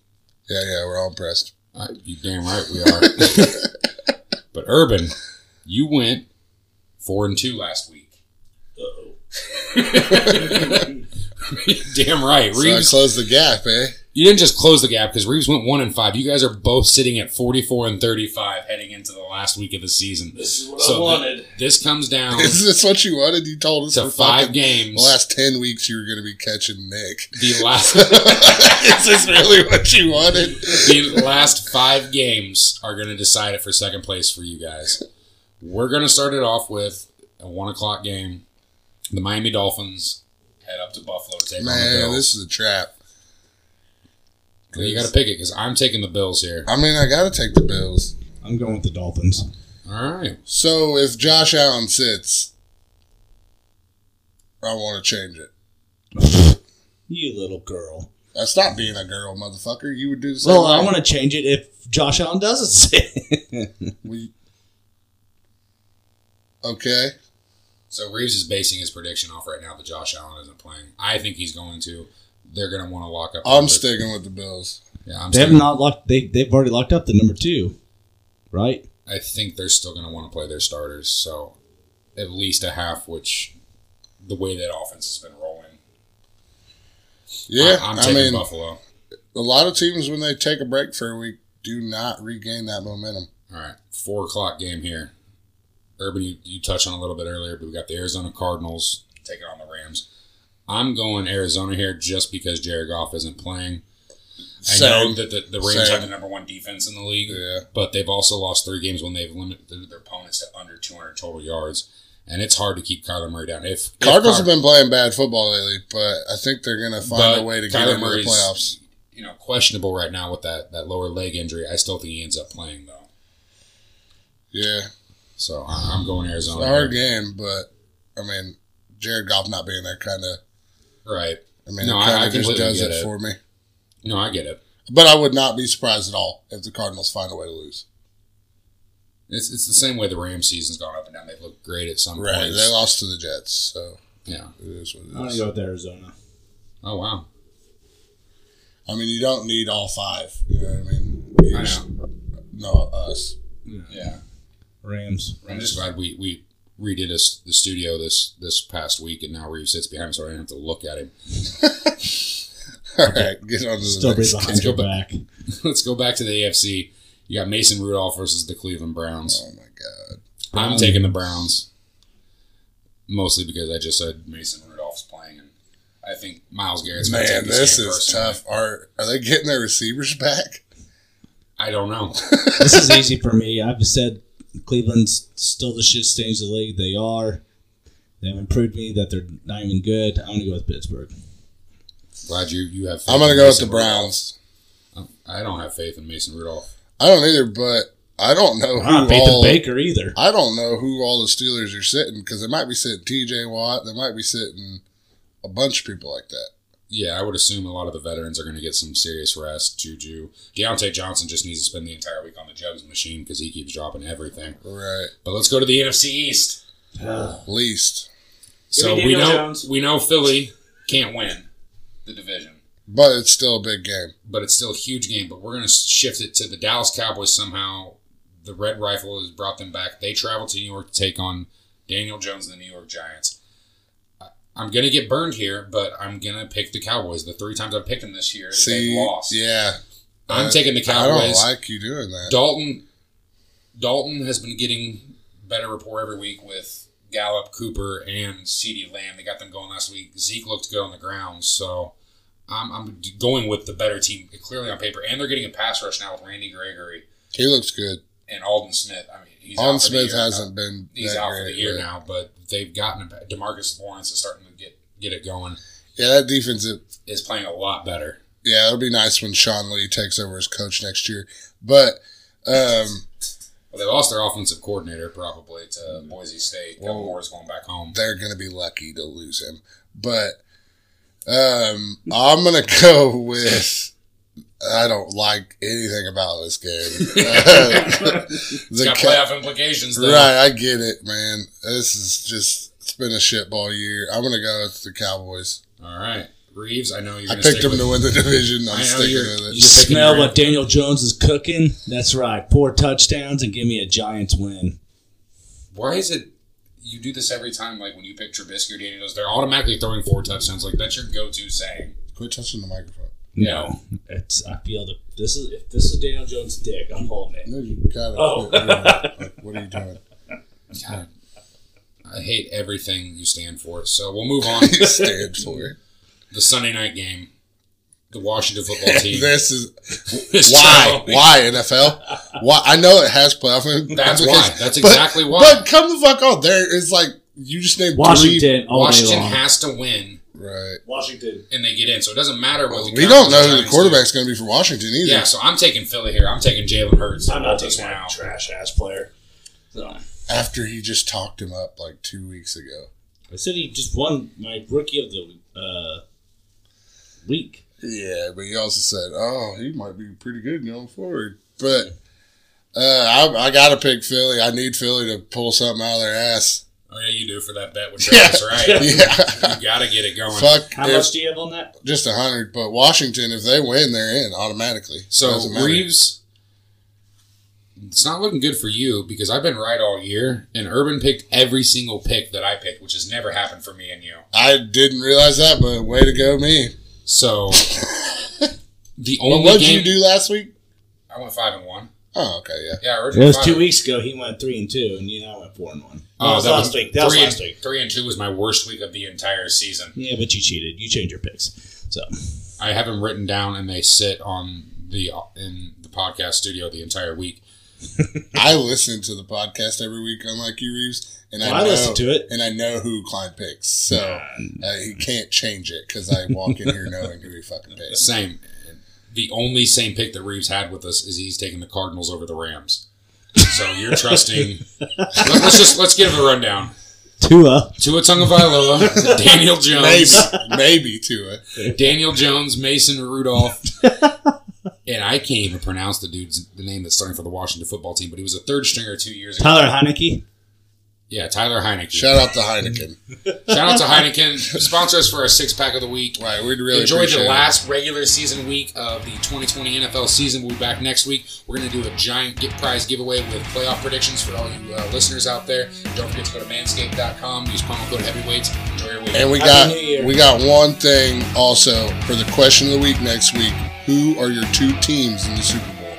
S2: Yeah, yeah, we're all impressed.
S3: Uh, you damn right we are. but Urban, you went four and two last week.
S4: Uh-oh.
S3: damn right,
S2: So I
S3: Reeves.
S2: closed the gap, eh?
S3: you didn't just close the gap because Reeves went one and five. You guys are both sitting at 44 and 35 heading into the last week of the season.
S4: This is what
S3: So
S4: I
S3: the-
S4: wanted.
S3: This comes down
S2: Is this what you wanted? You told us
S3: to
S2: for
S3: five
S2: fucking-
S3: games.
S2: The last ten weeks you were going to be catching Nick.
S3: the last
S2: is this really what you wanted?
S3: the last five games are going to decide it for second place for you guys. We're going to start it off with a one o'clock game. The Miami Dolphins head up to Buffalo to take on the
S2: Man,
S3: Bills.
S2: this is a trap.
S3: Well, you got to pick it because I'm taking the Bills here.
S2: I mean, I got to take the Bills.
S4: I'm going with the Dolphins.
S3: All right,
S2: So if Josh Allen sits, I want to change it.
S4: You little girl.
S2: Uh, Stop being a girl, motherfucker. You would do the same.
S4: Well, I want to change it if Josh Allen doesn't sit.
S2: We... Okay.
S3: so Reeves is basing his prediction off right now that Josh Allen isn't playing. I think he's going to. They're going to want to lock up.
S2: I'm
S3: Herbert.
S2: sticking with the Bills.
S3: Yeah, I'm
S4: they have
S3: sticking.
S4: not locked. They they've already locked up the number two, right?
S3: I think they're still going to want to play their starters. So at least a half, which the way that offense has been rolling.
S2: Yeah,
S3: I, am
S2: I,
S3: taking
S2: mean,
S3: Buffalo.
S2: a lot of teams when they take a break for a week do not regain that momentum.
S3: All right, four o'clock game here. Urban, you, you touched on a little bit earlier, but we got the Arizona Cardinals taking on the Rams. I'm going Arizona here just because Jared Goff isn't playing. I
S2: Same.
S3: know that the, the Rams
S2: Same.
S3: have the number one defense in the league,
S2: Yeah.
S3: but they've also lost three games when they've limited their- their opponents to under 200 total yards, and it's hard to keep Kyler Murray down. If if
S2: Cardinals
S3: Kyler-
S2: have been playing bad football lately, but I think they're going to find
S3: But
S2: a way to
S3: Kyler
S2: get into
S3: Murray's-
S2: the playoffs.
S3: you know, questionable right now with that that lower leg injury, I still think he ends up playing though.
S2: Yeah,
S3: So I- I'm going
S2: it's
S3: Arizona.
S2: a hard
S3: here.
S2: game, but I mean, Jared Goff not being there kind of,
S3: right?
S2: I mean,
S3: No,
S2: it
S3: I- I
S2: kind of just
S3: completely
S2: does
S3: get
S2: it,
S3: it.
S2: for me.
S3: No, I get it.
S2: But I would not be surprised at all if the Cardinals find a way to lose.
S3: It's, it's the same way the Rams season's gone up and down. They've looked great at some
S2: Right.
S3: points.
S2: They lost to the Jets, so
S3: yeah.
S2: it is what
S4: I'm going
S2: it
S4: to
S2: is.
S4: go with Arizona.
S3: Oh wow.
S2: I mean, you don't need all five. You know what I mean? You
S3: I
S2: just-
S3: know.
S2: No, us.
S3: Yeah.
S4: Rams.
S3: I'm just glad we we redid us the studio this this past week, and now Reeves sits behind me, so I didn't have to look at him.
S2: All right, get on to the
S4: Still
S2: next.
S4: behind your
S3: go
S4: back.
S3: Let's go back to the AFC. You got Mason Rudolph versus the Cleveland Browns.
S2: Oh my god.
S3: I'm taking the Browns, mostly because I just said Mason Rudolph's playing, and I think Miles Garrett's gonna
S2: Man,
S3: take this,
S2: this
S3: game
S2: is
S3: personally.
S2: tough. Are are they getting their receivers back?
S3: I don't know.
S4: this is easy for me. I've said Cleveland's still the shit stains of the league. They are. They've improved me that they're not even good. I'm gonna go with Pittsburgh.
S3: Glad you you have. Faith
S2: I'm gonna
S3: in
S2: go with the
S3: Mason
S2: Browns.
S3: Rudolph. I don't have faith in Mason Rudolph.
S2: I don't either, but I don't know
S4: I'm not
S2: who
S4: Nathan
S2: all.
S4: Baker either.
S2: I don't know who all the Steelers are sitting because they might be sitting T.J. Watt. They might be sitting a bunch of people like that.
S3: Yeah, I would assume a lot of the veterans are going to get some serious rest. Juju, Deontay Johnson just needs to spend the entire week on the jugs machine because he keeps dropping everything.
S2: Right.
S3: But let's go to the NFC East.
S2: Least.
S3: So
S4: me
S3: we
S4: Daniel
S3: know
S4: Jones.
S3: we know Philly can't win the division,
S2: But it's still a big game.
S3: but it's still a huge game. But we're going to shift it to the Dallas Cowboys somehow. The Red Rifle has brought them back. They travel to New York to take on Daniel Jones and the New York Giants. I- I'm going to get burned here, but I'm going to pick the Cowboys. The three times I've picked them this year,
S2: See,
S3: they've lost.
S2: yeah,
S3: I'm taking the
S2: I don't
S3: Cowboys.
S2: like you doing that.
S3: Dalton Dalton has been getting better rapport every week with Gallup, Cooper, and CeeDee Lamb. They got them going last week. Zeke looked good on the ground, so I'm, I'm going with the better team, eh, clearly on paper. And they're getting a pass rush now with Randy Gregory
S2: He looks good.
S3: and Alden Smith. I mean, he's
S2: On
S3: out for the
S2: Smith
S3: year.
S2: hasn't been.
S3: He's
S2: that
S3: out for the
S2: great,
S3: year
S2: but-
S3: now, but they've gotten a, Demarcus Lawrence is starting to get get it going.
S2: Yeah, that defense. It,
S3: Is playing a lot better.
S2: yeah, it'll be nice when Sean Lee takes over as coach next year. But um,
S3: Well, they lost their offensive coordinator probably
S2: Mm-hmm.
S3: to Boise State. Kellen Moore is going back home.
S2: they're going to be lucky to lose him. But um, I'm going to go with. I don't like anything about this game. Uh,
S3: It's
S2: the
S3: got
S2: Ca-
S3: playoff implications, though.
S2: Right, I get it, man. This is just it's been a shitball year. I'm gonna go with the Cowboys.
S3: All right, Reeves. I know you're.
S2: I
S3: gonna
S2: picked
S3: stick
S2: them to win
S3: with-
S2: the division. I'm
S3: I know
S2: sticking
S3: you're-
S2: with
S4: You
S2: it.
S3: you're picking
S4: smell
S3: the
S4: what Daniel Jones is cooking? That's right. Four touchdowns and give me a Giants win.
S3: Why is it? You do this every time, like when you pick Trubisky or Daniels, they're automatically throwing four touchdowns. Like that's your go-to saying.
S2: Quit touching the microphone.
S4: No, it's I feel that this is if this is Daniel Jones' dick, I'm holding it.
S2: No, you gotta
S4: Oh.
S2: quit doing that. Like, what are you doing?
S3: God, I hate everything you stand for. So we'll move on.
S2: You stand for it.
S3: the Sunday night game, the Washington football team.
S2: This is
S3: is
S2: why,
S3: traveling.
S2: why NFL? Why? I know it has playoff implications,
S3: That's why. That's
S2: but-
S3: exactly why.
S2: But come the fuck on. There is like you just named three.
S4: Washington all day
S3: Washington
S4: long.
S3: has to win,
S2: Right.
S4: Washington.
S3: and they get in. So it doesn't matter what. the
S2: We don't
S3: Cowboys
S2: know
S3: or
S2: who the
S3: Giants do.
S2: quarterback's going to be for Washington either.
S3: Yeah, so I'm taking Philly here. I'm taking Jalen Hurts.
S4: I'm not
S3: This
S4: taking
S3: one
S4: that
S3: out.
S4: trash ass player. So.
S2: After he just talked him up like two weeks ago.
S4: I said he just won my rookie of the uh, week.
S2: Yeah, but he also said, "Oh, he might be pretty good going forward." But uh, I, I got to pick Philly. I need Philly to pull something out of their ass.
S3: Oh yeah, you do for that bet with Travis, right?
S2: Yeah,
S3: You gotta get it going.
S2: fuck.
S4: How
S2: if-
S4: much do you have on that?
S2: Just a hundred, but Washington, if they win, they're in automatically.
S3: So
S2: Doesn't matter.
S3: Reeves, it's not looking good for you because I've been right all year, and Urban picked every single pick that I picked, which has never happened for me and you.
S2: I didn't realize that, but way to go, me.
S3: So the
S2: But
S3: only
S2: what did
S3: game
S2: you do last week?
S3: I went five and one.
S2: Oh, okay, yeah.
S3: Yeah,
S4: It
S3: originally
S4: was
S3: five
S4: two
S3: and-
S4: weeks ago. He went three and two, and you and I went four and one.
S3: Oh,
S4: that was last week. That was
S3: three
S4: last
S3: and,
S4: week.
S3: Three and two was my worst week of the entire season.
S4: Yeah, but you cheated. You changed your picks. So
S3: I have them written down, and they sit on the in the podcast studio the entire week.
S2: I listen to the podcast every week, unlike you, Reeves, and
S4: Well, I listen to it.
S2: and I know who Klein picks, so uh, he can't change it because I walk in here knowing who he fucking picks.
S3: Same. The only same pick that Reeves had with us is he's taking the Cardinals over the Rams. So you're trusting. Let- let's just let's give a rundown.
S4: Tua.
S3: Tua Tagovailoa, Daniel Jones,
S4: um,
S2: Maybe, maybe Tua.
S3: Daniel Jones, Mason Rudolph, and I can't even pronounce the dude's the name that's starting for the Washington football team, but he was a third stringer two years ago.
S4: Tyler Heineke.
S3: Yeah, Tyler Heineken.
S2: Shout out to Heineken.
S3: Shout out to Heineken. Sponsor us for our six pack of the week.
S2: Right, we'd really
S3: enjoy
S2: appreciate
S3: the
S2: it.
S3: last regular season week of the 2020 NFL season. We'll be back next week. We're going to do a giant get prize giveaway with playoff predictions for all you uh, listeners out there. Don't forget to go to manscaped.com. Use promo code heavyweights. Enjoy your week.
S2: And we
S4: Happy
S2: got
S4: New Year.
S2: we got one thing also for the question of the week next week. Who are your two teams in the Super Bowl?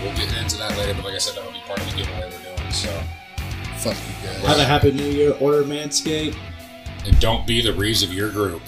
S3: we'll get into that later, but like I said, that'll be part of the giveaway we're doing. So,
S2: Fuck you guys.
S4: Have a happy new year. Order Manscaped.
S3: and don't be the Reeves of your group.